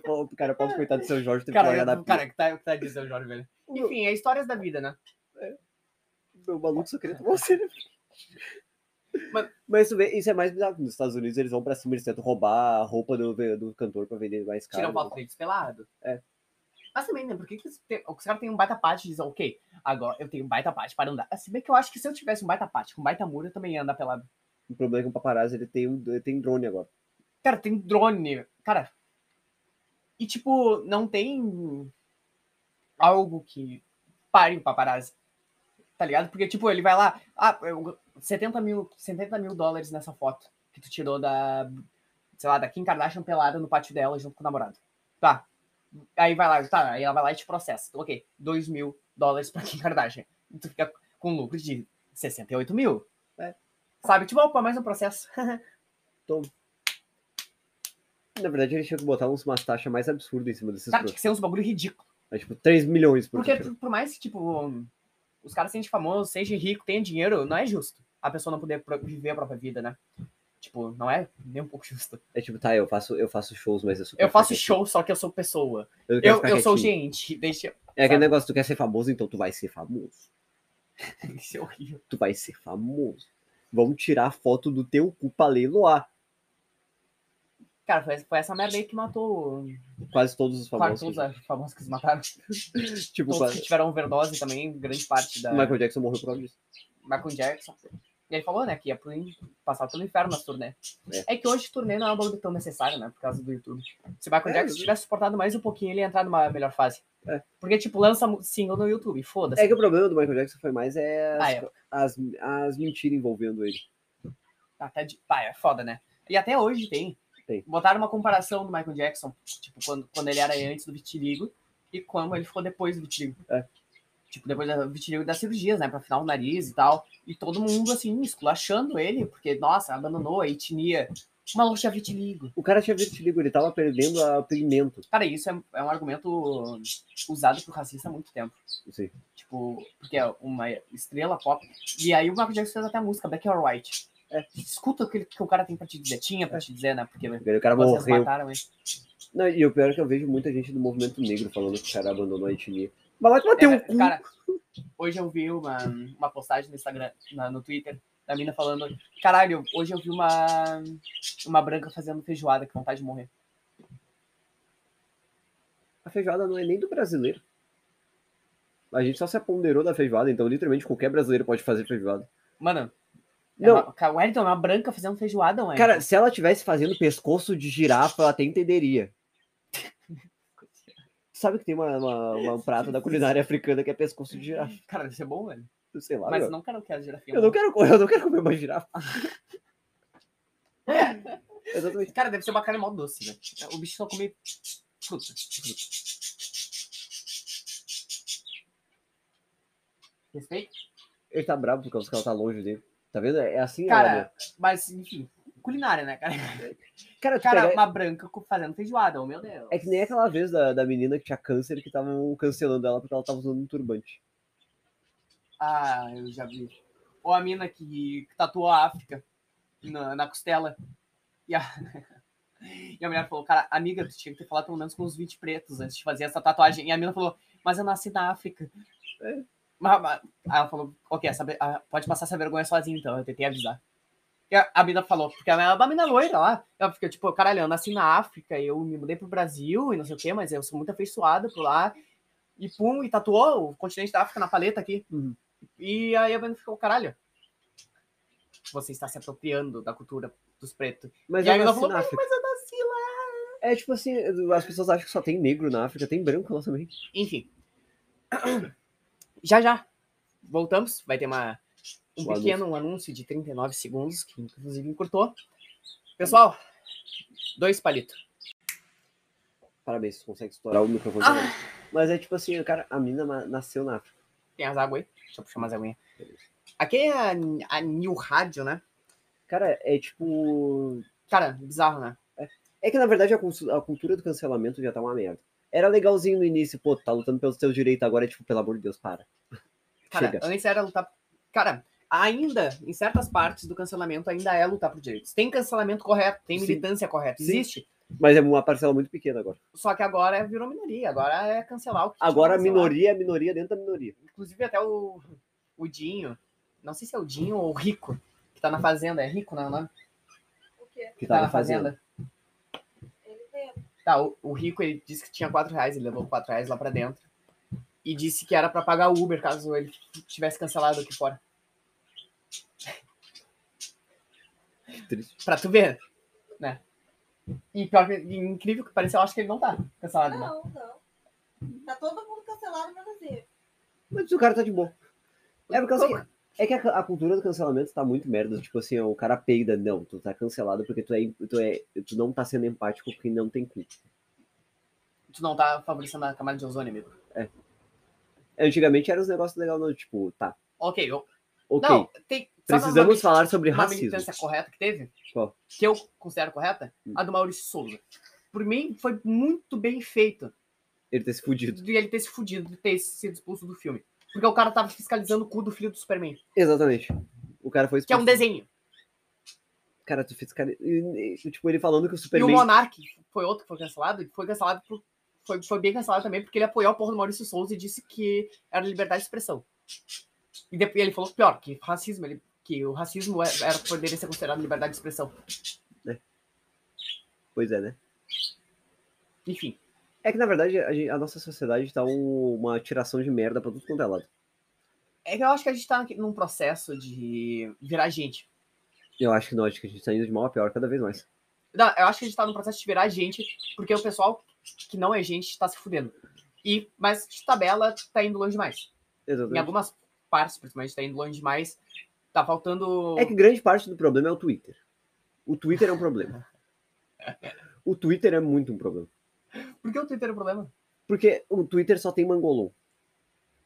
A: O cara, posso coitado do seu Jorge, teve que
B: Cara,
A: largar na
B: eu,
A: pia.
B: cara que tá, que tá dizendo, Jorge, velho. Enfim, é histórias da vida, né?
A: O maluco só queria tomar uma cerveja.
B: Mas-
A: Mas isso, vê- isso é mais bizarro. Nos Estados Unidos eles vão pra cima, eles tentam roubar a roupa do, do cantor pra vender mais caro.
B: Tiram foto deles pelado.
A: É.
B: Mas também, né? Por que, que os te- os caras têm um baita pátio e dizem, ok, agora eu tenho um baita pátio para andar. Se bem que eu acho que se eu tivesse um baita pátio com um baita muro, eu também ia andar pelado.
A: O problema é que o paparazzi ele tem, um, ele tem drone agora.
B: Cara, tem drone. né? Cara. E tipo, não tem algo que pare o paparazzi. Tá ligado? Porque, tipo, ele vai lá. Ah, eu- 70 mil, 70 mil dólares nessa foto que tu tirou da. Sei lá, da Kim Kardashian pelada no pátio dela junto com o namorado. Tá. Aí vai lá, tá, aí ela vai lá e te processa. Então, Ok, 2 mil dólares pra Kim Kardashian. E tu fica com um lucro de 68 mil.
A: É.
B: Sabe? Tipo, opa, mais um processo.
A: Na verdade, eles tinham que botar uns- umas taxas mais absurdas em cima desses
B: Cara,
A: produtos.
B: tinha que ser uns bagulho ridículo.
A: É tipo 3 milhões por
B: Tá. Porque,
A: tiro.
B: por, por mais que, tipo, os caras sejam famosos, sejam ricos, tenham dinheiro, não é justo a pessoa não poder pro- viver a própria vida, né? Tipo, não é nem um pouco justo.
A: É tipo, tá, eu faço, eu faço shows, mas eu sou.
B: Eu faço show, só que eu sou pessoa.
A: Eu, não quero
B: Eu,
A: ficar
B: eu sou
A: quietinho.
B: gente. Deixa.
A: É aquele
B: sabe?
A: negócio, tu quer ser famoso, então tu vai ser famoso.
B: Isso é horrível.
A: Tu vai ser famoso. Vamos tirar a foto do teu cu pra leiloar.
B: Cara, foi, foi essa merda aí que matou.
A: Quase todos os
B: Claro,
A: famosos.
B: todos os famosos que se mataram.
A: tipo,
B: Todos que
A: quase...
B: tiveram overdose também, grande parte da.
A: Michael Jackson morreu por causa disso.
B: Michael Jackson. E ele falou, né, que ia pro in- passar pelo inferno nas turnê. É. que hoje turnê não é um bagulho tão necessário, né, por causa do YouTube. Se o Michael
A: É,
B: Jackson
A: eu-
B: tivesse suportado mais um pouquinho, ele ia entrar numa melhor fase.
A: É.
B: Porque, tipo, lança mu- single no YouTube, foda-se.
A: É que o problema do Michael Jackson foi mais é
B: Ah,
A: as, as, as mentiras envolvendo ele.
B: Até de... Pá, é foda, né? E até hoje tem.
A: Tem.
B: Botaram uma comparação do Michael Jackson, tipo, quando, quando ele era antes do vitiligo e quando ele ficou depois do vitiligo.
A: É.
B: Tipo, depois do vitiligo e das cirurgias, né? Pra afinar o nariz e tal. E todo mundo, assim, esculachando ele, porque, nossa, abandonou a etnia. O maluco tinha vitiligo.
A: O cara tinha vitiligo, ele tava perdendo a- o pigmento.
B: Cara, isso é, é um argumento usado por racista há muito tempo.
A: Não sei.
B: Tipo, porque é uma estrela pop. E aí o Michael Jackson fez até a música Black or White.
A: É.
B: Escuta o que, ele- que o cara tem pra te dizer. Tinha pra te dizer, né? Porque
A: O cara
B: vocês
A: morreu.
B: mataram ele.
A: Não, e o pior é que eu vejo muita gente do movimento negro falando que o cara abandonou a etnia. Mas vai te bater
B: É,
A: um cu.
B: Cara, hoje eu vi uma, uma postagem no Instagram, na- no Twitter, da mina falando: caralho, hoje eu vi uma, uma branca fazendo feijoada, que vontade de morrer.
A: A feijoada não é nem do brasileiro. A gente só se aponderou da feijoada, então literalmente qualquer brasileiro pode fazer feijoada.
B: Mano,
A: Não.
B: É uma, cara, Wellington, é uma branca fazendo feijoada, ué.
A: Cara, se ela tivesse fazendo pescoço de girafa, ela até entenderia. Sabe que tem uma, uma, uma- um prato da culinária africana que é pescoço de girafa?
B: Cara, isso é bom, velho.
A: Eu Sei lá.
B: Mas
A: meu.
B: não um. quero que a girafinha
A: eu, não quero, co- eu não quero comer uma girafa. Exatamente.
B: Cara, deve ser uma carne mal doce, velho. O bicho só come fruta. fruta. Respeito?
A: Ele tá bravo por causa que ela tá longe dele. Tá vendo? É assim,
B: Cara,
A: ela, né?
B: Mas, enfim, culinária, né, cara?
A: Cara, tu
B: Cara,
A: pegar-
B: uma branca co- fazendo feijoada, oh meu Deus.
A: É que nem aquela vez da, da menina que tinha câncer que estavam cancelando ela porque ela tava usando um turbante.
B: Ah, eu já vi. Ou a mina que, que tatuou a África na, na costela. E a... e a mulher falou, cara, amiga, tu tinha que ter falado pelo menos com uns 20 pretos antes de fazer essa tatuagem. E a mina falou, mas eu nasci na África.
A: É.
B: Mas, mas- Aí ela falou, ok, essa ver- ah, pode passar essa vergonha sozinha então, eu tentei avisar. E a, a mina falou, porque ela é uma mina loira lá. Ela fica tipo, caralho, eu nasci na África, eu me mudei pro Brasil e não sei o quê, mas eu sou muito afeiçoada por lá. E pum, e tatuou o continente da África na paleta aqui.
A: Uhum.
B: E aí a mina ficou, caralho, você está se apropriando da cultura dos pretos.
A: Mas
B: e aí
A: ela
B: a
A: nasce
B: mina falou,
A: na
B: mas,
A: África.
B: mas eu nasci lá.
A: É tipo assim, as pessoas acham que só tem negro na África, tem branco lá também.
B: Enfim. Já já. voltamos. Vai ter uma, um
A: Um
B: pequeno anúncio. de 39 segundos, que inclusive encurtou. Pessoal, dois palitos.
A: Parabéns, você consegue estourar o microfone.
B: Ah.
A: também. Mas é tipo assim, cara, a mina ma- nasceu na África.
B: Tem as águas aí. Deixa eu puxar mais aguinha. Aqui é a, a New Rádio, né?
A: Cara, é tipo.
B: Cara, bizarro, né?
A: É que na verdade a, cons- a cultura do cancelamento já tá uma merda. Era legalzinho no início, pô, tu tá lutando pelos teus direitos agora, é tipo, pelo amor de Deus, para.
B: Cara,
A: Chega.
B: antes era lutar. Cara, ainda, em certas partes do cancelamento, ainda é lutar por direitos. Tem cancelamento correto, tem
A: Sim.
B: militância correta.
A: Sim.
B: Existe.
A: Mas é uma parcela muito pequena agora.
B: Só que agora é- virou minoria. Agora é cancelar o que tinha
A: Agora a
B: que cancelar.
A: minoria é a minoria dentro da minoria.
B: Inclusive até o, o Dinho. Não sei se é o Dinho ou o Rico, que tá na fazenda. É Rico, né? O nome?
C: O quê?
A: Que tá tava fazendo.
C: Ele tem.
B: Tá, o, o Rico ele disse que tinha 4 reais, ele levou 4 reais lá pra dentro. E disse que era pra pagar o Uber caso ele tivesse cancelado aqui fora.
A: Que triste.
B: Pra tu ver, né? E pior que, e incrível que pareça, eu acho que ele não tá cancelado. Não.
C: Não, não. Tá todo mundo cancelado, menos ele.
A: Mas o cara tá de boa. É porque
B: Como?
A: assim, é que a, a cultura do cancelamento tá muito merda. Tipo assim, ó, o cara peida, não, tu tá cancelado porque tu é, tu é, tu não tá sendo empático porque não tem culpa.
B: Tu não tá favorecendo a camada de ozônio, amigo.
A: Antigamente eram os negócios legais, não, tipo, tá,
B: Ok, eu...
A: ok.
B: Não, tem... sabe uma
A: Precisamos
B: mili-
A: falar sobre
B: uma
A: racismo.
B: militância correta que teve?
A: Qual?
B: Que eu considero correta?
A: Hum.
B: A do Maurício Souza. Por mim, foi muito bem feito.
A: Ele ter se fudido.
B: de ele ter se fudido, de ter sido expulso do filme. Porque o cara tava fiscalizando o cu do filho do Superman,
A: Exatamente. O cara foi
B: que é um
A: expulso.
B: desenho.
A: Cara, tu fez cara. e- e- Tipo, ele falando que o
B: E o
A: Superman.
B: Monark foi outro que foi cancelado, e foi cancelado por. Foi, foi bem cancelado também, porque ele apoiou a porra do Maurício Souza e disse que era liberdade de expressão. E depois ele falou pior, que racismo, ele, que o racismo é- era, poderia ser considerado liberdade de expressão.
A: Pois é, né?
B: Enfim,
A: É que na verdade a, gen- a nossa sociedade tá um- uma tiração de merda pra tudo quanto é lado.
B: é que eu acho que a gente tá num processo de virar gente.
A: Eu acho que não, acho que a gente tá indo de mal a pior cada vez mais.
B: Não, eu acho que a gente tá no processo de virar gente, porque o pessoal que não é gente tá se fudendo. E, mas de tabela tá indo longe demais. Em
A: Exatamente.
B: algumas partes, principalmente, tá indo longe demais. Tá faltando.
A: É que grande parte do problema é o Twitter. O Twitter é um problema. O Twitter é muito um problema.
B: Por que o Twitter é o problema?
A: Porque o Twitter só tem mangolão.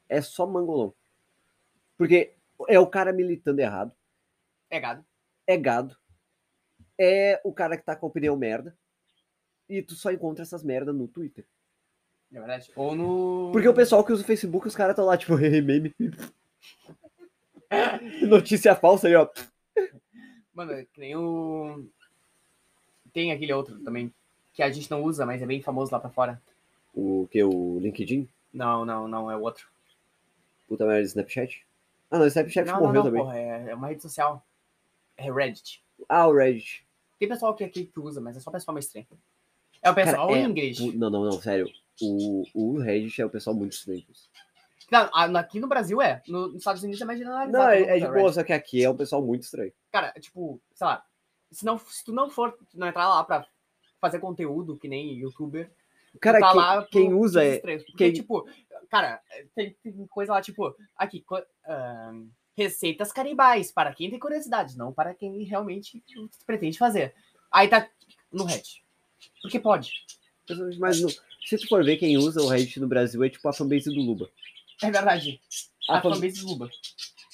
A: É só mangolão. Porque é o cara militando errado,
B: É gado.
A: é gado, é o cara que tá com a opinião merda. E tu só encontra essas merda no Twitter.
B: Na verdade. Ou no.
A: Porque o pessoal que usa o Facebook, os caras estão lá, tipo, "Hehe, meme. Notícia falsa aí, ó.
B: Mano, é que nem o. Tem aquele outro também, que a gente não usa, mas é bem famoso lá pra fora.
A: O que? O LinkedIn?
B: Não, não, não, é o outro.
A: Puta merda, Snapchat? Ah, não, o Snapchat
B: não,
A: morreu
B: não, não,
A: também.
B: porra, é, é uma rede social. É Reddit.
A: Ah, o Reddit.
B: Tem pessoal que aqui que usa, mas é só pessoal mais estranho. É o pessoal
A: Cara, é-
B: em inglês.
A: O- não, não, não, sério. O, o Reddit é o pessoal muito estranho.
B: Não, a- aqui no Brasil é. No- nos Estados Unidos é mais generalizado.
A: Não, é,
B: né,
A: é de
B: Red?
A: boa, só que aqui é um pessoal muito estranho.
B: Cara, tipo, sei lá. Se, não, se tu não for, tu não entrar lá pra fazer conteúdo, que nem youtuber,
A: Cara,
B: tu tá
A: quem,
B: lá pro-
A: quem usa
B: pros
A: é.
B: estranhos. Porque,
A: quem-
B: tipo, cara, tem, tem coisa lá, tipo, aqui, co- ahn, receitas canibais, para quem tem curiosidade, não para quem realmente pretende fazer. Aí tá no Red. Porque pode.
A: Mas não- se tu for ver quem usa o Reddit no Brasil, é tipo a fanbase do Luba.
B: É verdade.
A: A
B: A
A: fan-
B: fanbase do Luba.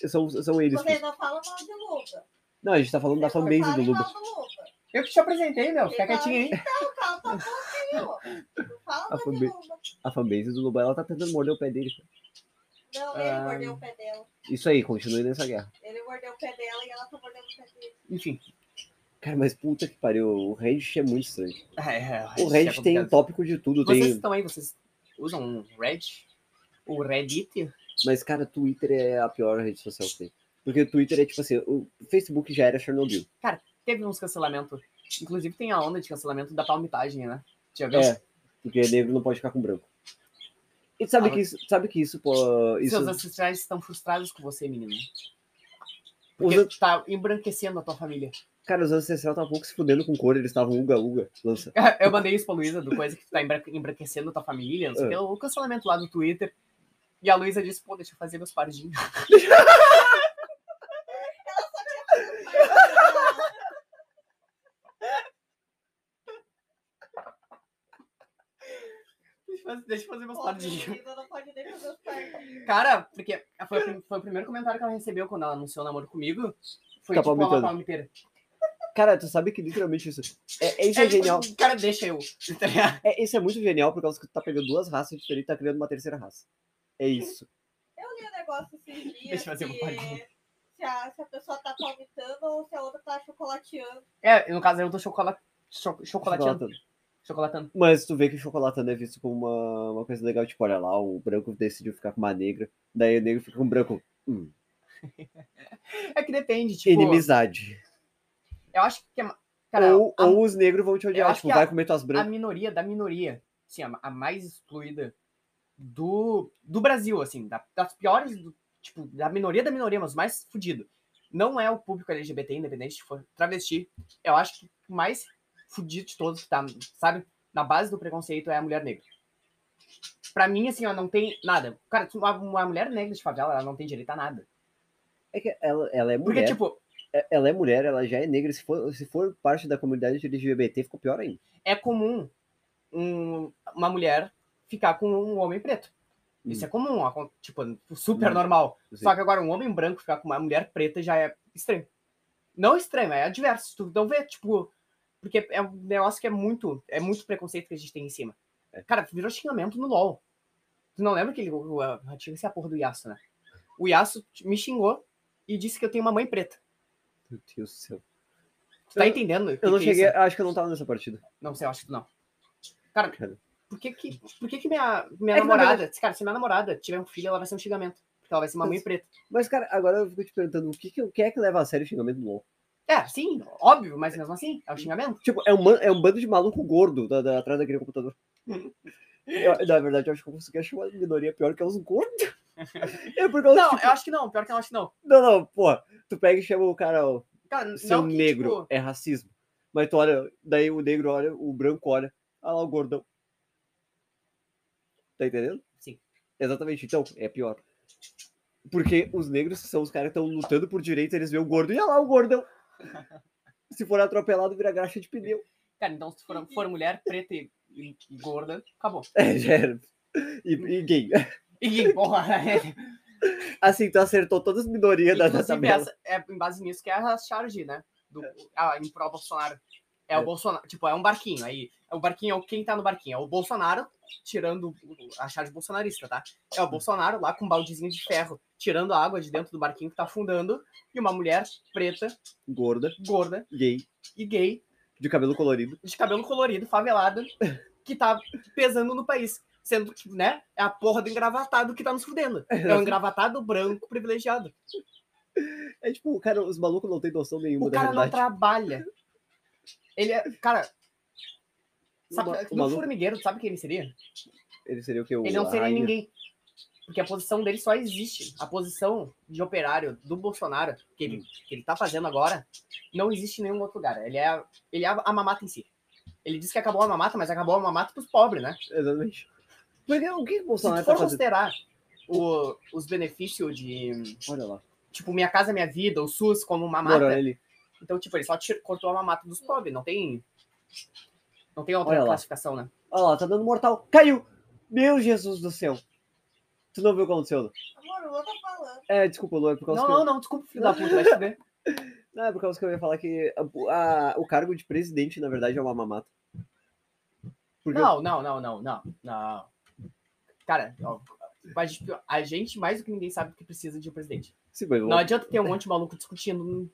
A: são, são eles.
C: Vocês não falam mal de Luba.
A: Não, a gente tá falando da fanbase do Luba.
C: Não falam mal do Luba.
B: Eu que te apresentei, meu. Fica
C: Quem fala-
B: quietinho aí.
C: Então, cala tua boca aí, ó. Não fala
A: A
C: mal de
A: fanbase-
C: Luba.
A: A fanbase do Luba, ela tá tentando morder o pé dele.
C: Não, ele
B: Ah.
C: mordeu o pé dela.
A: Isso aí, continue nessa guerra.
C: Ele mordeu o pé dela e ela tá mordendo o pé dele.
B: Enfim.
A: Cara, mas puta que pariu, o Reddit é muito estranho.
B: É, é,
A: O
B: é
A: Reddit tem um
B: complicado.
A: tópico de tudo,
B: Vocês
A: tem.
B: estão aí, vocês usam um Red? O Reddit?
A: Mas, cara, Twitter é a pior rede social que tem. Porque o Twitter é tipo assim, o Facebook já era Chernobyl.
B: Teve uns cancelamentos. Inclusive tem a onda de cancelamento da palmitagem, né? Já viu?
A: É, porque negro não pode ficar com branco. E tu sabe
B: Ah,
A: que isso, sabe que isso, pô, isso
B: Seus ancestrais estão frustrados com você, menino.
A: os,
B: Porque
A: an-
B: tá embranquecendo a tua família.
A: cara, os ancestrais estavam um pouco se fudendo com cor, eles estavam uga uga, lança.
B: Eu mandei isso pra Luísa, do coisa que tá embran- embranquecendo a tua família, não sei o
A: Ah.
B: que. O cancelamento lá do Twitter. E a Luísa disse, pô, deixa eu fazer meus pardinhos. Deixa eu fazer- Deixa eu fazer meus pardinhos.
C: Não pode nem fazer os pardinhos.
B: Cara, porque foi, o prim- foi o primeiro comentário que ela recebeu quando ela anunciou o namoro comigo. Foi
A: Tá
B: tipo
A: palmitando.
B: uma palmiteira.
A: Cara, tu sabe que literalmente isso. É, é- isso é,
B: É, tipo,
A: genial.
B: Cara, deixa eu. tá ligado?
A: É, isso é muito genial por causa que tu tá pegando duas raças diferentes e tá criando uma terceira raça. É isso.
C: Eu li um negócio esses dias.
B: Deixa eu fazer um
C: que
B: pardinho.
C: se a, se a pessoa tá palmitando ou se a outra tá chocolateando.
B: É, no caso eu tô chocola... cho- chocolateando.
A: Chocolatando.
B: Chocolatando.
A: Mas tu vê que o chocolatando é visto como uma, uma coisa legal, tipo, olha lá, o branco decidiu ficar com uma negra, daí o negro fica com o branco. Hum,
B: É que depende, tipo.
A: inimizade.
B: Eu acho que. é ma- Cara,
A: ou,
B: a,
A: ou os negros vão te odiar,
B: acho
A: tipo,
B: que a-
A: vai comer tuas
B: a
A: brancas.
B: minoria da minoria, assim, a, a mais excluída do, do Brasil, assim, da- das piores, do- tipo, da minoria da minoria, mas mais fudido. Não é o público LGBT, independente se for travesti. Eu acho que o mais fudido de todos que tá, sabe, na base do preconceito é a mulher negra. Pra mim, assim, ó, não tem nada. Cara, tu- uma, uma mulher negra de favela, ela não tem direito a nada.
A: É que ela, ela é mulher.
B: Porque, tipo,
A: é- Ela é mulher, ela já é negra. Se for, se for parte da comunidade LGBT, ficou pior ainda.
B: é comum um- uma mulher ficar com um homem preto. Isso
A: Hum.
B: é comum, acon- tipo, super
A: Hum.
B: normal.
A: Assim,
B: Só que agora um homem branco ficar com uma mulher preta já é estranho. Não estranho, é adverso. Tu não vê, tipo, porque é um negócio que é muito, é muito preconceito que a gente tem em cima.
A: É.
B: Cara, virou xingamento no LOL. Tu não lembra que ele o- o- a- tinha esse porra do Yasuo, né? O Yasuo me xingou e disse que eu tenho uma mãe preta.
A: Meu Deus do céu.
B: Tu tá
A: Eu-
B: entendendo? o que
A: Eu não
B: que é isso?
A: cheguei, acho que eu não tava nessa partida.
B: Não sei, eu acho que não. Cara,
A: Cara.
B: por que que, por que, que minha, minha
A: É que, na
B: namorada, cara, se minha namorada tiver um filho, ela vai ser um xingamento. Porque ela vai ser uma mãe preta.
A: Mas, cara, agora eu fico te perguntando o que, que, o que é que leva a sério o xingamento do LOL?
B: É, sim, óbvio, mas mesmo assim, é um xingamento.
A: Tipo, é um, man- é um bando de maluco gordo da- da- atrás daquele computador. Eu- na verdade, eu acho que eu consegui achar uma minoria pior que é os gordos. É porque eu,
B: Não,
A: tipo,
B: eu acho que não, pior que eu acho que não.
A: não, não, porra. Tu pega e chama o cara, ó,
B: Cara,
A: seu
B: não que,
A: negro,
B: tipo,
A: é racismo. Mas tu olha, daí o negro olha, o branco olha, olha lá o gordão. Tá entendendo?
B: Sim.
A: Exatamente, então, é pior. Porque os negros são os caras que estão lutando por direito, eles veem o gordo, e olha lá o gordão. Se for atropelado, vira graxa de pneu.
B: cara, então se for, for mulher preta e, e- e gorda, acabou.
A: É, já era. E, e gay.
B: E porra, é.
A: Assim, tu acertou todas as minorias da, da
B: Inclusive,
A: tabela.
B: essa, é em base nisso que é a charge, né? Do, a, em pró Bolsonaro. É,
A: É.
B: o Bolsonaro, tipo, é um barquinho. Aí, é o barquinho é o quem tá no barquinho. É o Bolsonaro tirando o- a charge bolsonarista, tá? É o Bolsonaro lá com um baldezinho de ferro, tirando a água de dentro do barquinho que tá afundando, e uma mulher preta,
A: Gorda,
B: gorda
A: gay,
B: e gay
A: de cabelo colorido.
B: de cabelo colorido, favelada, que tá pesando no país. Sendo que, né, é a porra do engravatado que tá nos fudendo. É um engravatado branco privilegiado.
A: É tipo, cara, os malucos não têm noção nenhuma
B: O
A: da
B: cara não
A: realidade.
B: trabalha. Ele é. Cara. Sabe,
A: O ma- o
B: no
A: maluco,
B: formigueiro, tu sabe quem ele seria?
A: ele seria o que? O
B: Ele não
A: a
B: seria
A: rainha?
B: ninguém. Porque a posição dele só existe. A posição de operário do Bolsonaro, que
A: Hum.
B: ele, que ele tá fazendo agora, não existe em nenhum outro lugar. Ele é, ele é a mamata em si. Ele disse que acabou a mamata, mas acabou a mamata pros pobres, né?
A: Exatamente. Porque o que o
B: Se tu
A: Bolsonaro tá
B: for
A: fazendo?
B: considerar o- os benefícios de,
A: Olha lá.
B: tipo, Minha Casa Minha Vida, o SUS como uma
A: Mano,
B: mata,
A: olha ali.
B: então, tipo, ele só tir- cortou a mamata dos pobres, não tem... Não tem outra
A: Olha lá.
B: classificação, né?
A: Olha lá, tá dando mortal. Caiu! Meu Jesus do céu! Tu não viu o que aconteceu? Lu?
C: Amor, o Lua tá falando.
A: É, desculpa, Lu, é por causa
B: Não,
A: que eu...
B: não, não, desculpa, filho da puta, vai te ver.
A: Não, é por causa que eu ia falar que a- a- o cargo de presidente, na verdade, é uma mamata. Porque eu-
B: Não, não, não, não, não, não. Cara, ó, a gente- a gente mais do que ninguém sabe que precisa de um presidente.
A: Sim, mas
B: Não adianta ter um monte de maluco discutindo no,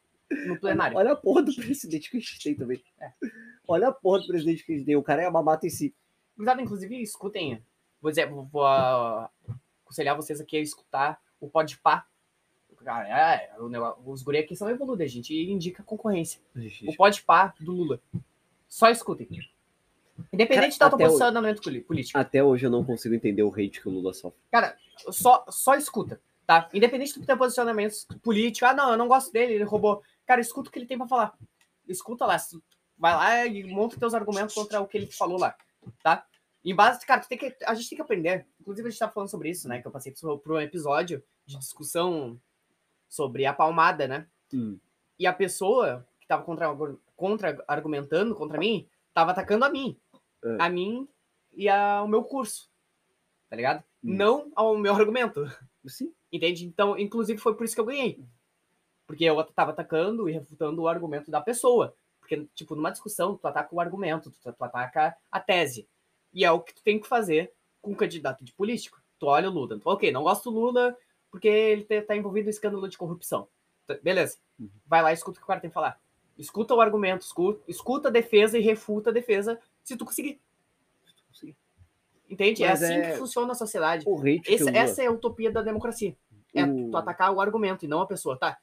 B: no plenário.
A: Olha a porra do presidente que a gente tem também.
B: É.
A: Olha a porra do presidente que a gente tem. O cara é a mamata em si.
B: Gurizada, inclusive, escutem. Vou dizer, vou, vou, ah, aconselhar vocês aqui a escutar o Pode Pá. Cara, é, o nego- os guri aqui são evoluídos, a gente indica concorrência. O Pode Pá do Lula. Só escutem. Independente
A: Cara,
B: da tua
A: até o-
B: posição andamento coli- político.
A: Até hoje eu não consigo entender o hate que o Lula sofre.
B: Cara, só, só escuta, tá? Independente do teu posicionamento político. Ah, não, eu não gosto dele, ele roubou. Cara, escuta o que ele tem pra falar. Escuta lá. se- Vai lá e monta teus argumentos contra o que ele falou lá, tá? Em base, cara, tu tem que, a gente tem que aprender Inclusive, a gente tava falando sobre isso, né? Que eu passei pro, pro episódio de discussão sobre a palmada, né?
A: Hum.
B: E a pessoa que tava contra, contra argumentando contra mim, tava atacando a mim.
A: É.
B: A mim e a, o meu curso. Tá ligado?
A: Hum.
B: Não ao meu argumento.
A: Sim.
B: Entende? Então, inclusive, foi por isso que eu ganhei. Porque eu tava atacando e refutando o argumento da pessoa. Porque, tipo, numa discussão, tu ataca o argumento, tu, tu ataca a tese. E é o que tu tem que fazer com um candidato de político. Tu olha o Lula. Tu, ok, não gosto do Lula porque ele te- tá envolvido em escândalo de corrupção. Tá, Beleza.
A: Uhum.
B: Vai lá e escuta o que o cara tem que falar. Escuta o argumento, escuta, escuta a defesa e refuta a defesa se tu conseguir. Entende?
A: Mas
B: é assim
A: é-
B: que funciona a sociedade.
A: O hate que
B: Esse-
A: o Lula-
B: essa é a utopia da democracia. É
A: O-
B: tu atacar o argumento e não a pessoa, tá?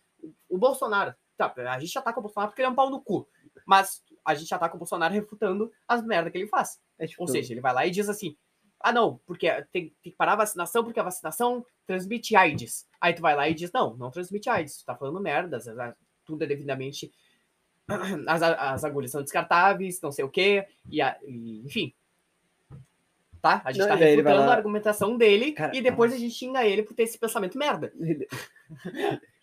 B: O Bolsonaro, tá, a gente ataca o Bolsonaro porque ele é um pau no cu. Mas a gente ataca o Bolsonaro refutando as merdas que ele faz.
A: é tipo,
B: Ou seja, ele vai lá e diz assim: ah, não, porque tem, tem que parar a vacinação, porque a vacinação transmite AIDS. Aí tu vai lá e diz: não, não transmite AIDS, tu tá falando merdas, a- tudo é devidamente. As, as agulhas são descartáveis, não sei o quê, e, a- e, enfim. Tá? A gente
A: Não,
B: tá
A: e daí ele vai
B: refutando
A: lá-
B: a argumentação dele
A: Cara- ah.
B: e depois a gente xinga ele por ter esse pensamento merda.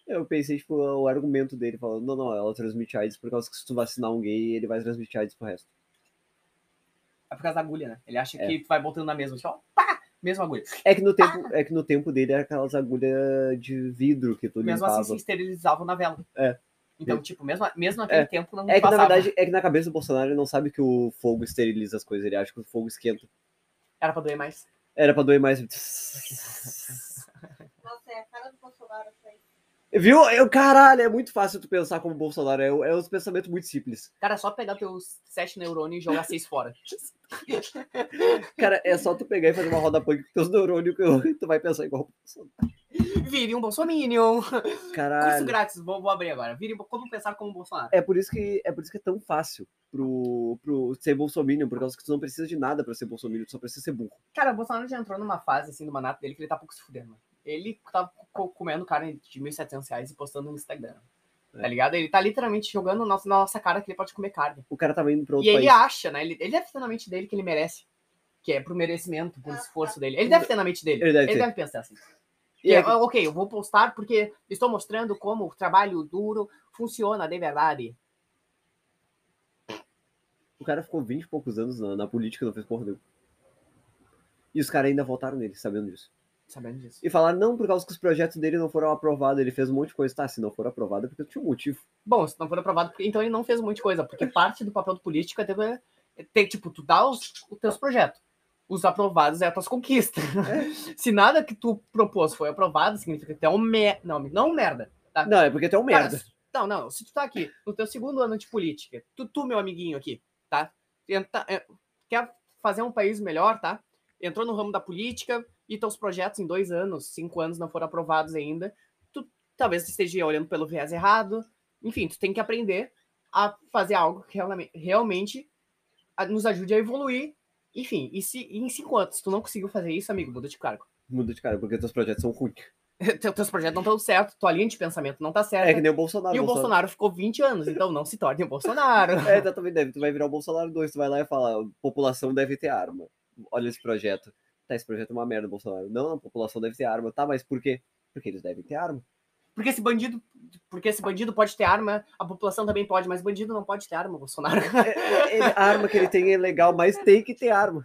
A: Eu pensei, tipo, o argumento dele falando, não, não, ela transmite AIDS por causa que se tu vacinar um gay, ele vai transmitir AIDS pro resto.
B: É por causa da agulha, né? Ele acha
A: É.
B: que tu vai botando na mesma, tipo, ó, pá, mesma agulha.
A: É que no tempo,
B: Ah.
A: é que no tempo dele era aquelas agulhas de vidro que tu
B: Mesmo
A: limpava.
B: assim se esterilizavam na vela.
A: É.
B: Então, tipo, mesmo, mesmo naquele
A: É.
B: tempo não
A: É que na
B: passava.
A: verdade, é que na cabeça do Bolsonaro ele não sabe que o fogo esteriliza as coisas, ele acha que o fogo esquenta.
B: Era pra doer mais.
A: Era pra doer mais.
C: Nossa, é a cara do Bolsonaro isso aí.
A: Viu? Eu, caralho, é muito fácil tu pensar como o Bolsonaro, é, um- é um pensamento muito simples.
B: Cara, é só pegar teus sete neurônios e jogar seis fora.
A: Cara, é só tu pegar e fazer uma roda punk com teus neurônios que tu vai pensar igual o Bolsonaro.
B: Vire um Bolsominion. Curso
A: Caralho.
B: grátis, vou, vou abrir agora. Vire como pensar como Bolsonaro.
A: É por isso que é por isso que é tão fácil pro, pro ser bolsominion, por causa que tu não precisa de nada pra ser bolsominion, tu só precisa ser burro.
B: Cara, o Bolsonaro já entrou numa fase, assim, do manato dele que ele tá pouco se fudendo. mano. Ele tá co- comendo carne de 1.700 reais e postando no Instagram.
A: É.
B: Tá ligado? Ele tá literalmente jogando na nossa- na nossa cara que ele pode comer carne.
A: O cara tava indo pra outro
B: E ele
A: país.
B: acha, né? Ele, ele deve ter na mente dele que ele merece. Que é pro merecimento, por esforço dele. Ele deve ter na mente dele.
A: Ele deve ter.
B: pensar assim.
A: E
B: Que,
A: é que-
B: ah, ok, eu vou postar porque estou mostrando como o trabalho duro funciona de verdade.
A: O cara ficou 20 e poucos anos na, na política, não fez porra nenhuma. E os caras ainda votaram nele, sabendo disso.
B: Sabendo disso.
A: E falaram, não, por causa que os projetos dele não foram aprovados, ele fez um monte de coisa. Tá, se não for aprovado é porque tinha um motivo.
B: Bom, se não for aprovado, porque- então ele não fez muita coisa, porque parte do papel do político é ter, é ter, tipo, tu dá os, os teus projetos. Os aprovados é as tuas conquistas.
A: É.
B: se nada que tu propôs foi aprovado, significa que tu é um mer... Não, não um merda. Tá?
A: Não, é porque tu é um
B: Cara,
A: merda.
B: se- não, não. Se tu tá aqui no teu segundo ano de política, tu, tu, meu amiguinho aqui, tá? Tenta- é, quer fazer um país melhor, tá? Entrou no ramo da política e teus projetos em dois anos, cinco anos não foram aprovados ainda. Tu talvez esteja olhando pelo viés errado. Enfim, tu tem que aprender a fazer algo que realme- realmente a- nos ajude a evoluir. Enfim, e se e em cinco anos tu não conseguiu fazer isso, amigo, muda de cargo.
A: Muda de cara, porque teus projetos são ruins.
B: Teu- Teus projetos não estão certo, tua linha de pensamento não tá certa.
A: É que nem o Bolsonaro.
B: E o Bolsonaro ficou 20 anos, então não se torne o Bolsonaro.
A: É, exatamente, deve. Tu vai virar o Bolsonaro 2, tu vai lá e fala, população deve ter arma. Olha esse projeto. Tá, esse projeto é uma merda, Bolsonaro. Não, a população deve ter arma. Tá, mas por quê? Porque eles devem ter arma.
B: Porque esse bandido, porque esse bandido pode ter arma, a população também pode, mas bandido não pode ter arma, Bolsonaro.
A: Ele- a arma que ele tem é legal, mas tem que ter arma.